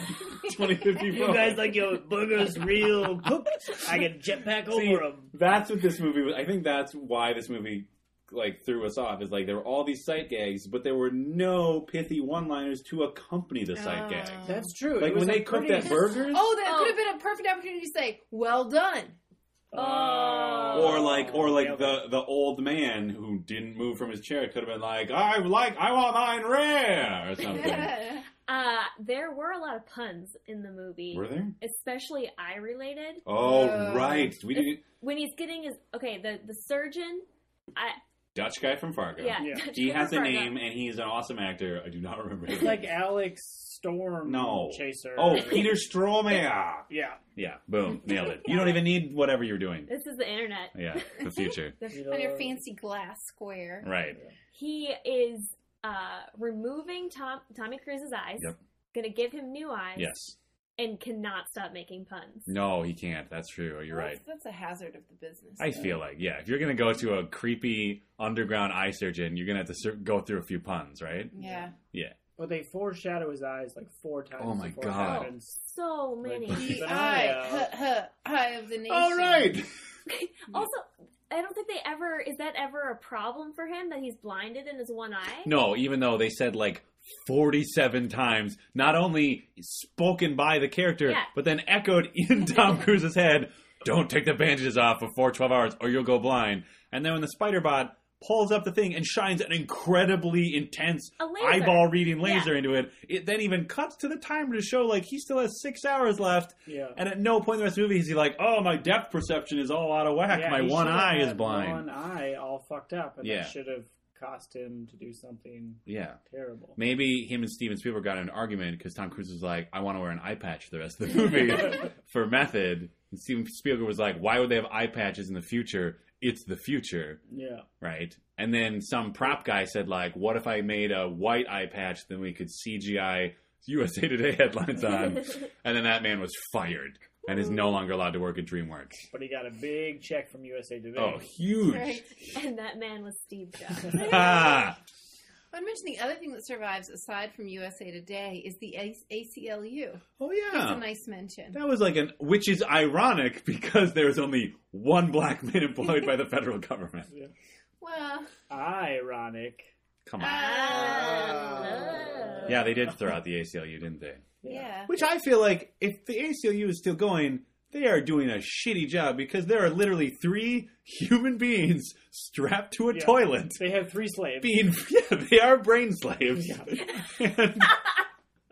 C: 2050.
D: You guys like your burgers real cooked? I can jetpack
C: See,
D: over them.
C: that's what this movie was. I think that's why this movie like threw us off. Is like there were all these sight gags, but there were no pithy one-liners to accompany the sight
B: Oh.
C: gags.
D: That's true.
C: Like when they cooked that burgers,
B: Oh, that
E: Oh.
B: could have been a perfect opportunity to say, "Well done."
E: Oh.
C: or like or like the the old man who didn't move from his chair could have been like, I like I want mine rare or something.
E: uh there were a lot of puns in the movie
C: were there?
E: especially eye related
C: Oh
B: No.
C: right, we didn't.
E: when he's getting his okay the the surgeon i
C: Dutch guy from Fargo.
E: yeah,
D: Yeah.
C: He has a
E: Fargo.
C: name and he's an awesome actor. I do not remember his
D: It's like
C: name.
D: Alex Storm
C: No.
D: Chaser.
C: Oh, Peter Stromer.
D: yeah.
C: Yeah, boom, nailed it. You don't even need whatever you're doing.
E: this is the internet
C: Yeah, the future.
B: On your fancy glass square.
C: Right.
E: he is uh removing tom tommy cruise's eyes
C: Yep.
E: gonna give him new eyes
C: Yes.
E: and cannot stop making puns
C: No, he can't. That's true. You're right.
B: That's, that's a hazard of the business.
C: I
B: though.
C: feel like, yeah, if you're going to go to a creepy underground eye surgeon, you're going to have to sur- go through a few puns, right?
B: Yeah.
D: But they foreshadow his eyes like four times.
C: Oh my
D: before it
C: God.
D: happens.
E: so many
D: Like-
B: The
D: But
B: eye,
D: I, uh,
B: huh, huh, eye of the nation.
C: All right.
E: Also, I don't think they ever is that ever a problem for him that he's blinded in his one eye.
C: No, even though they said like 47 times, not only spoken by the character,
E: Yeah.
C: but then echoed in Tom Cruise's head, don't take the bandages off before 12 hours or you'll go blind. And then when the spider bot pulls up the thing and shines an incredibly intense
E: A laser.
C: eyeball reading laser into it, it then even cuts to the timer to show like he still has six hours left.
D: Yeah.
C: And at no point in the rest of the movie is he like, oh, my depth perception is all out of whack.
D: Yeah,
C: my
D: he
C: one
D: should've
C: eye is
D: had
C: blind.
D: One eye all fucked up, and
C: Yeah.
D: that should have cost him to do something
C: Yeah.
D: terrible.
C: Maybe him and Steven Spielberg got in an argument because Tom Cruise was like, I want to wear an eye patch for the rest of the movie for method. And Steven Spielberg was like, why would they have eye patches in the future? It's the future,
D: Yeah.
C: right? And then some prop guy said, like, what if I made a white eye patch? Then we could CGI USA Today headlines on. and then that man was fired and is no longer allowed to work at DreamWorks.
D: But he got a big check from USA Today.
C: Oh, huge.
B: Right.
E: and that man was Steve Jobs.
C: Ah,
B: I'd mention the other thing that survives aside from USA Today is the A- ACLU.
C: oh,
B: That's
C: yeah.
B: a nice mention.
C: That was like an, which is ironic because there is only one black man employed by the federal government.
B: Well,
D: Ironic.
C: Come on.
E: Ah.
C: yeah, they did throw out the ACLU, didn't they?
B: yeah.
C: Which I feel like if the ACLU is still going, they are doing a shitty job because there are literally three human beings strapped to a
D: Yeah.
C: toilet
D: They have three slaves.
C: being yeah, they are brain slaves. And-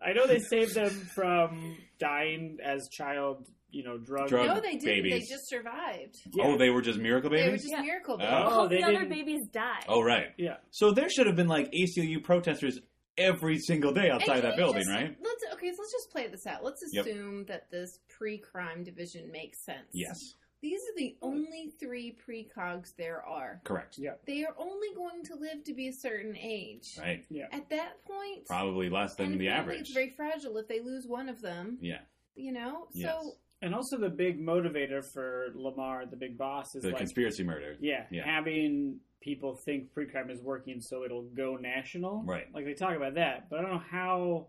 D: I know they saved them from dying as child, you know, drug.
C: Drug-
B: No, they didn't.
C: babies.
B: They just survived.
D: Yeah.
C: Oh, they were just miracle
B: They were
C: babies?
B: just
E: Yeah.
B: miracle babies.
C: Oh.
E: All
D: they
E: the other
D: didn't-
E: babies died.
C: Oh right.
D: yeah.
C: So there should have been like ACLU protesters every single day
B: And
C: outside
B: can
C: that
B: we
C: building,
B: just-
C: right?
B: Let's okay. So let's just play this out. Let's
C: Yep.
B: assume that this pre-crime division makes sense.
C: Yes,
B: These are the only three precogs there are.
C: correct.
B: They are only going to live to be a certain age.
C: Right,
B: At that point,
C: probably less than
B: and
C: the
B: apparently
C: average.
B: It's very fragile if they lose one of them.
C: yeah,
B: You know.
C: Yes.
B: So
D: And also the big motivator for Lamar, the big boss, is
C: the
D: like,
C: conspiracy murder.
D: yeah,
C: Yeah.
D: having people think pre-crime is working so it'll go national.
C: Right.
D: Like they talk about that, but I don't know how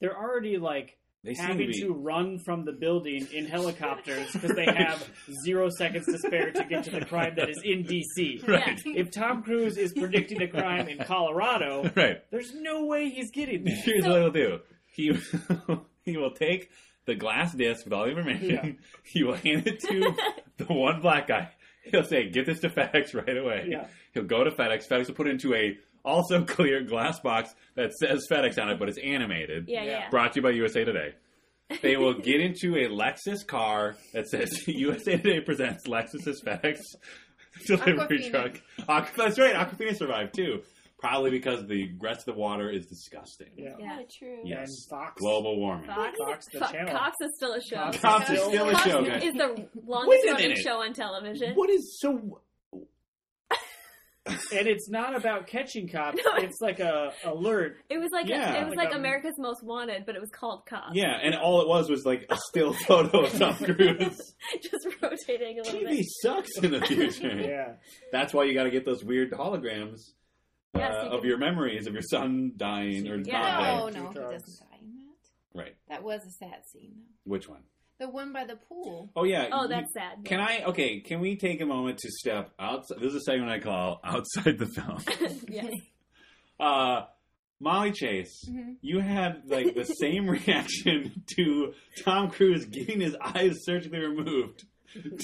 D: they're already like
C: They seem to
D: having
C: be.
D: to run from the building in helicopters because they have zero seconds to spare to get to the crime that is in DC.
C: Right,
D: If Tom Cruise is predicting a crime in Colorado,
C: right.
D: there's no way he's getting there.
C: Here's what he'll do. He he will take the glass disc with all the information.
D: Yeah.
C: He will hand it to the one black guy. He'll say, "Get this to FedEx right away."
D: Yeah.
C: He'll go to FedEx. FedEx will put it into a also clear glass box that says FedEx on it, but it's animated.
E: Yeah,
D: Yeah.
E: yeah.
C: Brought to you by USA Today. They will get into a Lexus car that says USA Today presents Lexus's FedEx delivery
B: Aquafina.
C: truck. Aqu- that's right. Aquafina survived too, probably because the rest of the water is disgusting.
D: Yeah.
E: Yeah.
B: true.
C: Yeah.
D: And
C: Yes.
D: Fox.
C: Global warming.
E: Fox,
D: Fox the
E: Fo-
D: channel.
E: Cox is still a show.
D: Cox
C: Cops is still a
E: Cops
C: show, guys.
E: is the longest running
C: minute.
E: show on television.
C: What is so?
D: And it's not about catching cops.
E: No.
D: It's like a alert.
E: It was like
C: Yeah.
E: it was
D: Like,
E: like,
D: um,
E: America's Most Wanted, but it was called Cops.
C: Yeah, and all it was was like a still photo of Tom Cruise.
E: just rotating a little
C: TV
E: bit.
C: sucks in the future.
D: Yeah.
C: That's why you got to get those weird holograms uh,
E: Yes, you
C: of
E: do.
C: your memories of your son dying or
D: Yeah.
C: not
B: Oh, No,
C: dying.
D: Two
B: no, he
D: drugs.
B: doesn't die in that.
C: Right.
B: That was a sad scene, though.
C: Which one?
B: The one by the pool.
C: Oh yeah.
E: Oh,
C: you-
E: that's sad.
C: Can I? Okay. Can we take a moment to step outside? This is a segment I call outside the film.
E: yes.
C: Uh, Molly Chase,
E: Mm-hmm.
B: Mhm.
C: you had like the same reaction to Tom Cruise getting his eyes surgically removed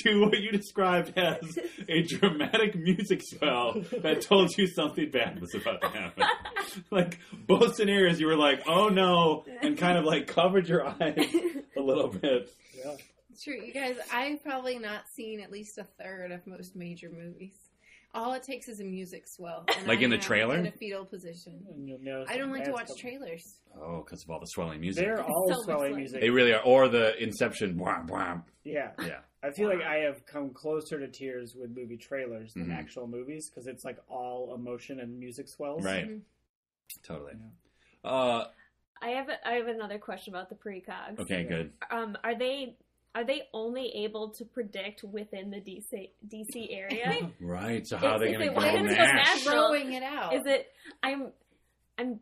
C: to what you described as a dramatic music swell that told you something bad was about to happen. like both scenarios, you were like, "Oh no," and kind of like covered your eyes a little bit.
D: yeah.
B: It's True, you guys. I've probably not seen at least a third of most major movies. All it takes is a music swell, and
C: Like
B: I
C: in the
B: am
C: trailer?
B: in a fetal position.
D: And you'll know
B: I don't like to
D: something
B: watch
D: bad's coming.
B: trailers.
C: Oh, because of all the swelling music.
D: They're all
E: So much
D: swelling
E: like-
D: music.
C: they really are, or the Inception. Wah, wah.
D: yeah.
C: Yeah,
D: I feel like I have come closer to tears with movie trailers than
C: Mhm.
D: actual movies because it's like all emotion and music swells.
C: right,
B: Mhm.
C: totally. Uh,
E: I have a, I have another question about the precogs.
C: okay,
D: Yeah.
C: good.
E: Um, are they are they only able to predict within the DC DC area?
C: Right. So how are they
E: Is- is
C: going to
E: it
C: go
E: why it's so
C: Nash?
E: natural?
B: Throwing it out.
E: Is it? I'm I'm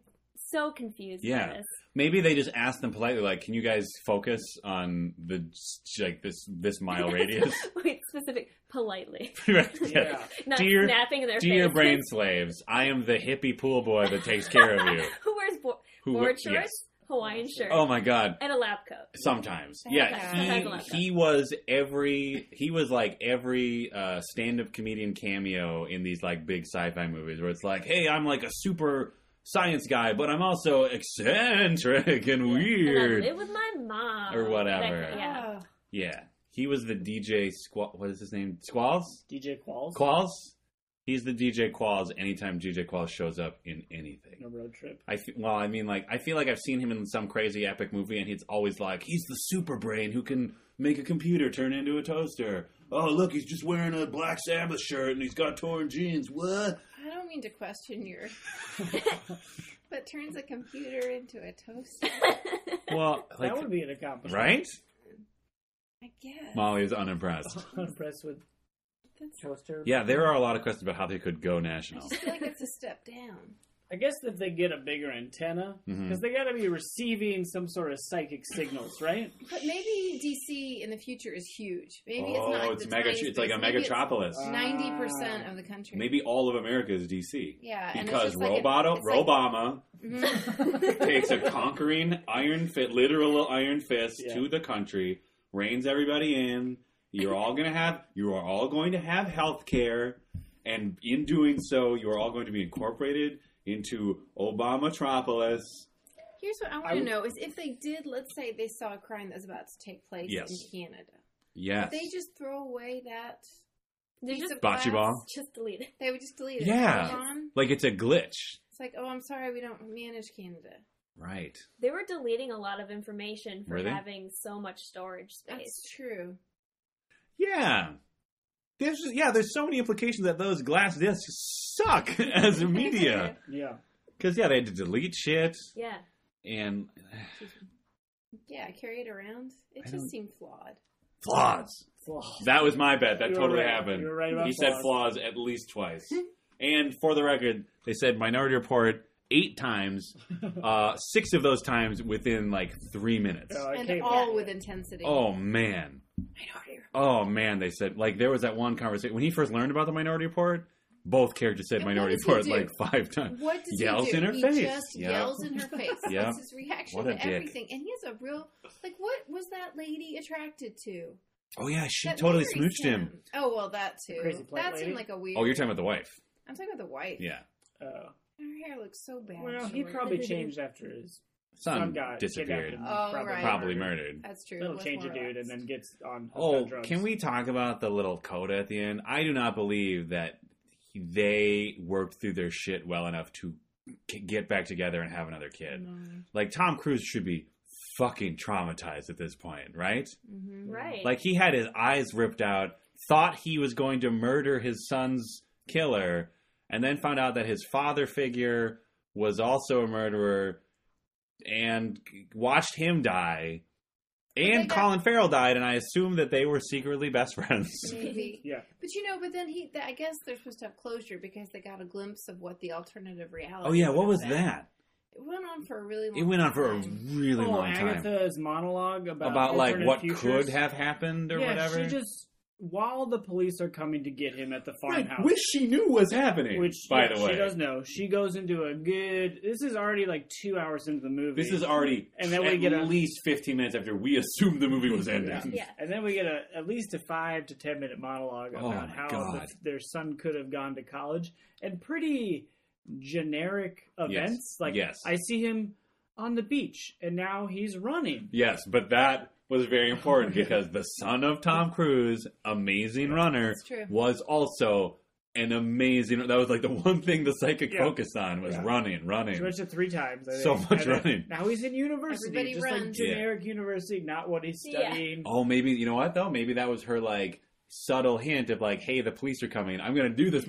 E: so confused. by
C: Yeah.
E: this.
C: Maybe they just asked them politely, like, "Can you guys focus on the like this this mile radius?"
E: Wait, specific politely,
C: Right,
D: Yeah.
E: not
C: Dear-
E: snapping in their
C: Dear
E: faces.
C: brain slaves, I am the hippie pool boy that takes care of you.
E: Who wears bo-
C: Who
E: board
C: yes.
E: shorts, Hawaiian shirt,
C: Oh my god.
E: and a lab coat?
C: Sometimes,
B: Sometimes.
C: yeah,
E: Sometimes.
C: he, he was every he was like every uh, stand-up comedian cameo in these like big sci-fi movies where it's like, hey, I'm like a super science guy, but I'm also eccentric and
E: And
C: weird.
E: I live with my mom
C: Or whatever.
E: That- yeah.
B: Oh,
C: Yeah. He was the DJ Squall. What is his name? Squalls?
D: DJ Qualls
C: Qualls? He's the DJ Qualls anytime DJ Qualls shows up in anything.
D: on a road trip.
C: I fe- well, I mean, like, I feel like I've seen him in some crazy epic movie, and he's always like, he's the super brain who can make a computer turn into a toaster. Oh, look, he's just wearing a Black Sabbath shirt and he's got torn jeans. What?
B: I don't mean to question your, but turns a computer into a toaster.
C: Well, like,
D: that would be an accomplishment.
C: right?
B: I guess.
C: Molly is unimpressed.
D: Impressed with
B: That's-
D: toaster.
C: Yeah, there are a lot of questions about how they could go national.
B: I just feel like it's a step down.
D: I guess if they get a bigger antenna, because
C: Mhm.
D: they got to be receiving some sort of psychic signals, right?
B: But maybe DC in the future is huge. Maybe it's
C: oh,
B: not.
C: it's
B: the
C: mega.
B: tiny
C: It's like a
B: space. Maybe it's
C: megatropolis.
B: Ninety percent of the country.
C: Maybe all of America is DC.
B: Yeah, and it's
C: Because
B: just like a-
C: Roboto,
B: it's like-
C: Robama
B: Mhm.
C: takes a conquering iron fit, literal iron fist
D: Yeah.
C: to the country, reins everybody in. You're all gonna have you are all going to have health care, and in doing so, you are all going to be incorporated into Obama Metropolis.
B: Here's what I want
D: I
B: to
D: would-
B: know is if they did, let's say they saw a crime that's about to take place
C: Yes.
B: in Canada.
C: Yes.
B: They just throw away that.
E: They're
B: piece
E: just
B: of
C: Bocce
B: glass.
C: ball.
E: just delete it.
B: They would just delete it.
C: Yeah.
B: Move on.
C: Like it's a glitch.
B: It's like, oh, I'm sorry, we don't manage Canada.
C: Right.
E: They were deleting a lot of information for
C: Were they?
E: having so much storage
B: That's
E: space.
B: true.
C: Yeah. There's yeah, there's so many implications that those glass discs suck as media.
D: Yeah.
C: Because yeah, they had to delete shit
E: Yeah.
C: and
B: Yeah, carry it around. It
C: I don't-
B: just seemed flawed.
C: flaws.
D: Flaw.
C: That was my bet. That
D: You were
C: totally
D: right.
C: happened.
D: You were right about
C: he said flaws at least twice. and for the record, they said Minority Report eight times, uh, six of those times within like three minutes.
D: Oh, I
B: and
D: came-
B: all with intensity.
C: Oh man. Oh man, they said like there was that one conversation when he first learned about the Minority Report. Both characters said
B: And what
C: Minority
B: does he
C: Report
B: do?
C: like five times.
B: What does
C: Yells
B: he do?
C: in her
B: he
C: face.
B: just
C: Yeah.
B: yells in her face.
C: Yeah.
B: That's his reaction
C: What a
B: to
C: dick.
B: everything. And he has a real like. What was that lady attracted to?
C: Oh yeah, she
B: That
C: totally
B: worries
C: smooched him.
B: Oh well, that too.
D: Crazy plant
B: that seemed
D: lady.
B: like a weird.
C: Oh, you're talking about the wife.
B: I'm talking about the wife.
C: Yeah,
D: Oh.
B: Her hair looks so bad.
D: Well, he
B: short.
D: probably changed after his son
C: son
D: got
C: disappeared,
D: kidnapped and
B: Oh,
D: probably
B: right.
C: probably
D: murdered.
C: murdered.
B: That's true.
D: Little
B: It was
D: change a
B: more
D: dude and
B: relaxed.
D: then gets on.
C: Oh,
D: on drugs.
C: can we talk about the little coda at the end? I do not believe that they worked through their shit well enough to k- get back together and have another kid. Like Tom Cruise should be fucking traumatized at this point, right?
B: Mhm.
E: Right.
C: Like he had his eyes ripped out, thought he was going to murder his son's killer, and then found out that his father figure was also a murderer and watched him die.
B: they
C: And
B: got-
C: Colin Farrell died, and I assume that they were secretly best friends.
B: Maybe.
D: Yeah.
B: But you know, but then he. I guess they're supposed to have closure because they got a glimpse of what the alternative reality.
C: Oh yeah, what
B: would've
C: was
B: been.
C: that?
B: It went on for a really. long
C: It went on for a
B: time.
C: really
D: oh,
C: long time
D: Agatha's monologue about
C: about like
D: alternate
C: what
D: futures.
C: could have happened or
D: yeah,
C: whatever.
D: She just while the police are coming to get him at the
C: Like,
D: farmhouse,
C: wish she knew was happening.
D: which
C: by
D: yeah,
C: the way,
D: she does know. She goes into a good. This is already like two hours into the movie.
C: This is already
D: And then
C: at
D: we get a-
C: least 15 minutes after we assumed the movie was ending.
E: yeah.
D: And then we get a, at least a five to ten minute monologue
C: Oh
D: about
C: my
D: how
C: God.
D: the, their son could have gone to college and pretty generic events. Like,
C: Yes.
D: I see him on the beach and now he's running.
C: Yes, but that was very important because the son of Tom Cruise, amazing runner,
B: That's true.
C: was also an amazing. That was like the one thing the psychic
D: Yeah.
C: focused on was
D: Yeah.
C: running,
D: She
C: running.
D: mentioned it three times. I think.
C: So much
D: And then
C: running.
D: Now he's in university.
B: Everybody
D: just like
B: runs.
C: Yeah.
D: generic university, not what he's
E: Yeah.
D: studying.
C: Oh, maybe you know what though? Maybe that was her like subtle hint of like, hey, the police are coming. I'm going to do this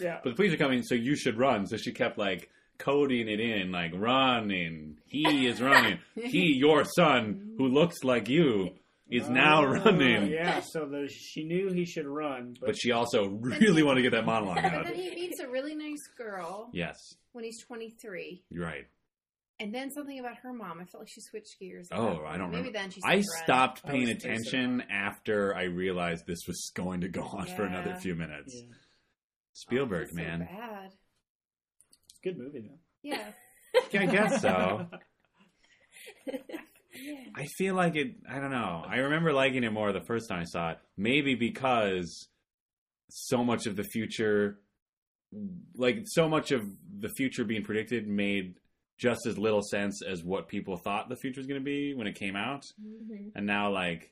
D: Yeah.
C: but the police are coming, so you should run. So she kept like coding it in, like running. He is running. he, your son, who looks like you, is now
D: Oh,
C: running.
D: Yeah, so the, she knew he should run, but,
C: But she also really wanted to get that monologue
B: But
C: out.
B: then he meets a really nice girl
C: Yes,
B: when he's 23,
C: you're right.
B: and then something about her mom. I felt like she switched gears. at
C: Oh,
B: that
C: I
B: point.
C: don't
B: Maybe
C: remember.
B: then Oh, she.
C: I
B: said run.
C: stopped
D: I
C: paying
D: was spacing
C: attention after I realized this was going to go on for another
B: Yeah.
C: few minutes.
D: yeah. Oh,
C: Spielberg,
B: That's so
C: man.
B: bad.
D: it's a good movie though.
B: Yeah.
C: I guess so.
B: Yeah.
C: I feel like it. I don't know. I remember liking it more the first time I saw it. Maybe because so much of the future, like so much of the future being predicted, made just as little sense as what people thought the future was going to be when it came out.
E: Mhm.
C: And now, like,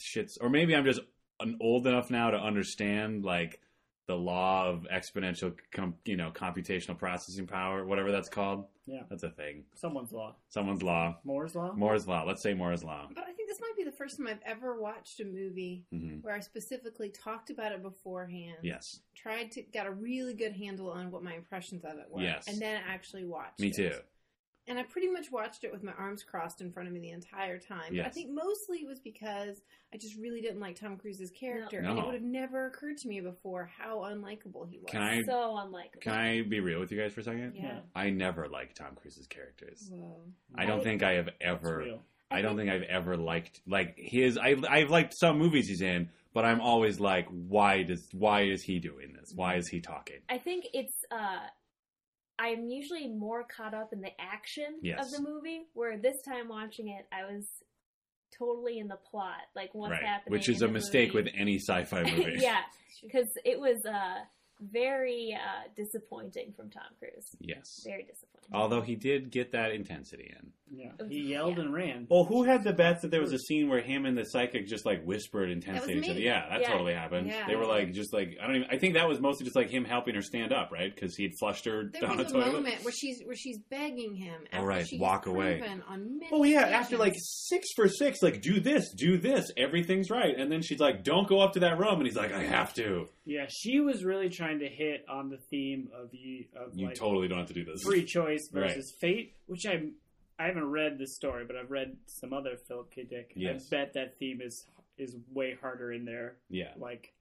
C: shit's. Or maybe I'm just an old enough now to understand, like, the law of exponential, com- you know, computational processing power, whatever that's called.
D: Yeah.
C: That's a thing.
D: Someone's law,
C: Someone's law.
D: Moore's law.
C: Moore's law. Let's say Moore's law.
B: But I think this might be the first time I've ever watched a movie
C: hmm
B: where I specifically talked about it beforehand.
C: Yes.
B: Tried to got a really good handle on what my impressions of it were.
C: Yes.
B: And then actually watched.
C: Me
B: it.
C: too.
B: And I pretty much watched it with my arms crossed in front of me the entire time. But I
C: Yes.
B: think mostly it was because I just really didn't like Tom Cruise's character,
C: No.
B: and
C: No.
B: it would have never occurred to me before how unlikable he was.
C: Can I
E: so unlikely.
C: can I be real with you guys for a second?
B: Yeah.
C: I never liked Tom Cruise's characters.
B: Whoa.
C: I don't
E: Mm-hmm. I-
C: think I have
D: It's
C: ever.
D: real.
C: I don't think I've ever liked like his. I I've liked some movies he's in, but I'm always like, why does why is he doing this? Why is he talking?
E: I think it's uh I'm usually more caught up in the action
C: Yes.
E: of the movie where this time watching it I was totally in the plot, like what's
C: right,
E: happening,
C: which is
E: in
C: a
E: the
C: mistake
E: movie.
C: with any sci-fi movie.
E: yeah, because it was uh, very uh, disappointing from Tom Cruise.
C: Yes.
E: Very disappointing.
C: Although he did get that intensity in.
D: Yeah. He yelled
E: Yeah.
D: and ran.
C: Well, who had the bets that there was a scene where him and the psychic just like whispered
B: That
C: intensely to
B: was
C: each other?
B: me.
C: Yeah, that
E: Yeah.
C: totally happened.
B: Yeah.
C: They were like just like I don't even. I think that was mostly just like him helping her stand up, right? Because he'd flushed her
B: There
C: down the
B: was a
C: toilet.
B: moment where she's where she's begging him.
C: All
B: After
C: right,
B: she's
C: walk away.
B: proven On many
C: Oh yeah, after
B: occasions-
C: like six for six, like do this, do this, everything's right, and then she's like, "Don't go up to that room," and he's like, "I have to."
D: Yeah, she was really trying to hit on the theme of you of
C: You
D: like
C: totally don't have to do this.
D: free choice
C: Right.
D: versus fate, which I I haven't read this story, but I've read some other Philip K. Dick.
C: Yes.
D: I bet that theme is is way harder in there.
C: Yeah,
D: Like,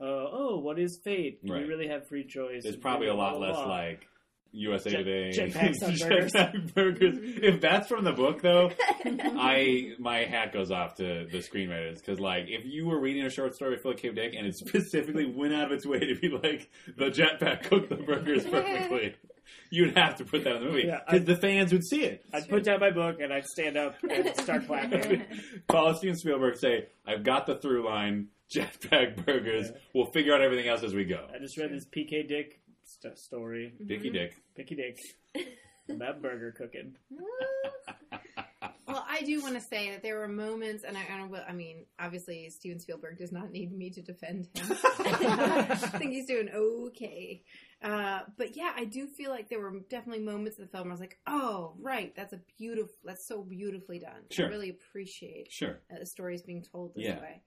D: uh, oh, what is fate? Do
C: Right.
D: we really have free choice?
C: there's
D: Blah,
C: probably a
D: blah,
C: lot
D: blah,
C: less
D: blah.
C: like USA
D: Jet-
C: Today,
D: jetpacks on burgers.
C: Jetpack burgers. If that's from the book, though, I my hat goes off to the screenwriters because like if you were reading a short story with Philip K. Dick and it specifically went out of its way to be like the jetpack cooked the burgers perfectly. You'd have to put that in the movie
D: Yeah,
C: because
D: I-
C: the fans would see it.
D: I'd put down my book and I'd stand up and start clapping.
C: Call us Steven Spielberg, say, I've got the through line, jetpack burgers. We'll figure out everything else as we go.
D: I just read this PK Dick st- story,
B: Mm-hmm.
C: Dicky Dick.
D: Picky Dick, about burger cooking.
B: well, I do want to say that there were moments, and I, and I, will- I mean, obviously, Steven Spielberg does not need me to defend him. I think he's doing okay. Uh, but yeah, I do feel like there were definitely moments in the film where I was like, oh, right, that's a beautiful, that's so beautifully done.
C: Sure.
B: I really appreciate
C: Sure.
B: that the story is being told this
C: Yeah.
B: way.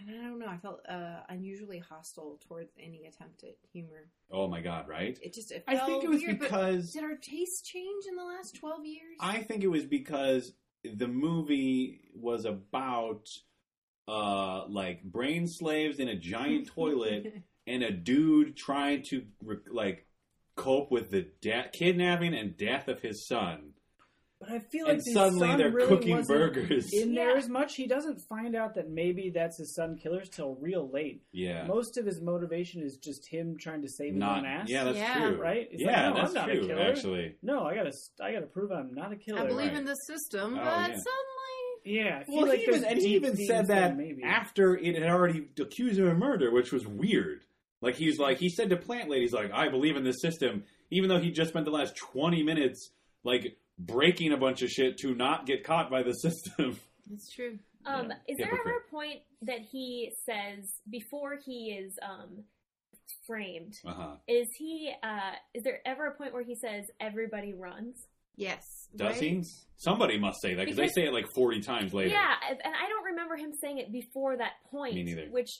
B: And I don't know, I felt uh, unusually hostile towards any attempt at humor.
C: Oh my God, right?
B: It just, it
C: I
B: felt
C: think it was
B: weird, but
C: because.
B: Did our tastes change in the last 12 years?
C: I think it was because the movie was about uh like brain slaves in a giant toilet and a dude trying to re- like cope with the de- kidnapping and death of his son
D: But I feel like
C: and
D: the
C: suddenly
D: son
C: they're
D: really
C: cooking
D: wasn't
C: burgers
D: in there
E: Yeah.
D: as much. He doesn't find out that maybe that's his son killers till real late.
C: yeah
D: Most of his motivation is just him trying to save his own ass.
C: Yeah, that's
B: Yeah.
C: true.
D: Right? It's
C: yeah,
D: like, no, I'm
C: that's
D: not a
C: true.
D: killer.
C: Actually,
D: No, I gotta, I gotta prove I'm not a killer.
B: I believe
C: right.
B: in the system, but
C: Oh, yeah.
B: suddenly
D: Yeah. I feel
C: well,
D: like
C: he even
D: there's
C: and he
D: deep
C: even
D: themes
C: said
D: there,
C: that
D: maybe.
C: after it had already accused him of murder, which was weird. Like he was like he said to Plant Lady, he's like, "I believe in this system," even though he just spent the last twenty minutes like breaking a bunch of shit to not get caught by the system.
B: it's true.
E: Um,
C: Yeah,
E: Is there ever
C: hypocrite.
E: a point that he says before he is um, framed?
C: Uh huh.
E: Is he? Uh, is there ever a point where he says everybody runs?
B: Yes.
C: Does he? Somebody must say that because they
E: Because-
C: say it like forty times later.
E: Yeah, and- and I don't remember him saying it before that point.
C: Me neither.
E: Which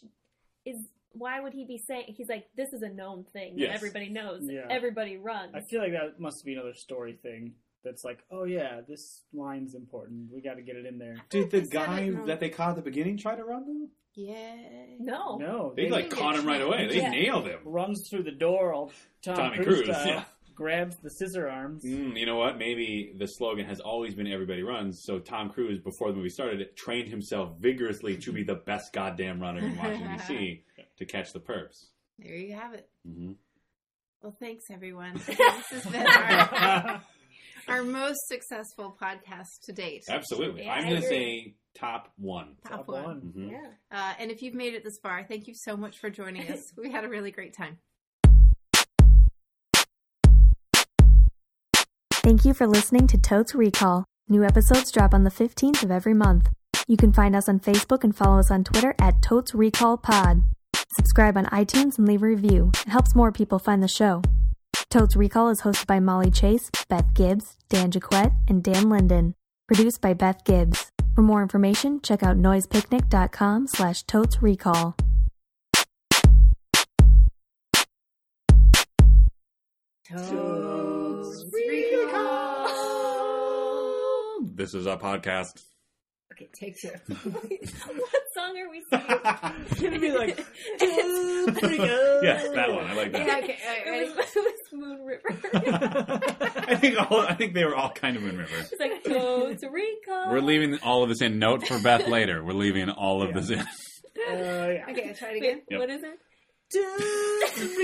E: is why would he be saying? He's like, this is a known thing. that
C: Yes.
E: Everybody knows.
D: Yeah.
E: Everybody runs.
D: I feel like that must be another story thing. That's like, oh yeah, this line's important. We got to get it in there.
C: Did the
B: They said
C: guy
B: it, no.
C: that they caught at the beginning try to run them?
B: Yeah. Oh.
E: no.
D: No,
C: They like
B: didn't
C: caught
B: get
C: him right
B: shot.
C: away. They
E: Yeah.
C: nailed him.
D: runs through the door. All Tom,
C: Tommy
D: Cruise,
C: Cruise,
D: style,
C: yeah.
D: grabs the scissor arms.
C: Mm, you know what? Maybe the slogan has always been "Everybody runs." So Tom Cruise, before the movie started, trained himself vigorously to be the best goddamn runner in Washington D.C. to catch the perps.
B: There you have it.
C: hmm
B: Well, thanks everyone. this has been our, our most successful podcast to date.
C: Absolutely,
E: Yeah,
C: I'm
E: I
C: going to
E: agree.
C: say top one.
B: Top one.
C: Mhm.
E: Yeah.
B: Uh, and if you've made it this far, thank you so much for joining us. We had a really great time.
A: Thank you for listening to Totes Recall. New episodes drop on the 15th of every month. You can find us on Facebook and follow us on Twitter at Totes Recall Pod. Subscribe on iTunes and leave a review. It helps more people find the show. Totes Recall is hosted by Molly Chase, Beth Gibbs, Dan Jaquette, and Dan Linden. Produced by Beth Gibbs. For more information, check out noisepicnic.com slash totes recall.
B: Toads Recall.
C: This is a podcast.
B: Okay, take two.
C: Mm-hmm.
E: what song are we singing?
C: It'd
E: be like,
C: yes, that one. I like
B: yeah,
C: that.
B: okay, all right, ready?
E: it, was, it was Moon River.
C: I think all, I think they were all kind of in river.
E: It's like Toads Recall.
C: We're leaving all of this in. Note for Beth later. We're leaving all of
D: Yeah.
C: this in.
D: Uh, yeah.
B: Okay, I try it again.
E: Wait, What is it? Okay. okay.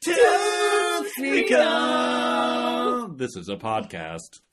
C: Toothico! This This is a podcast.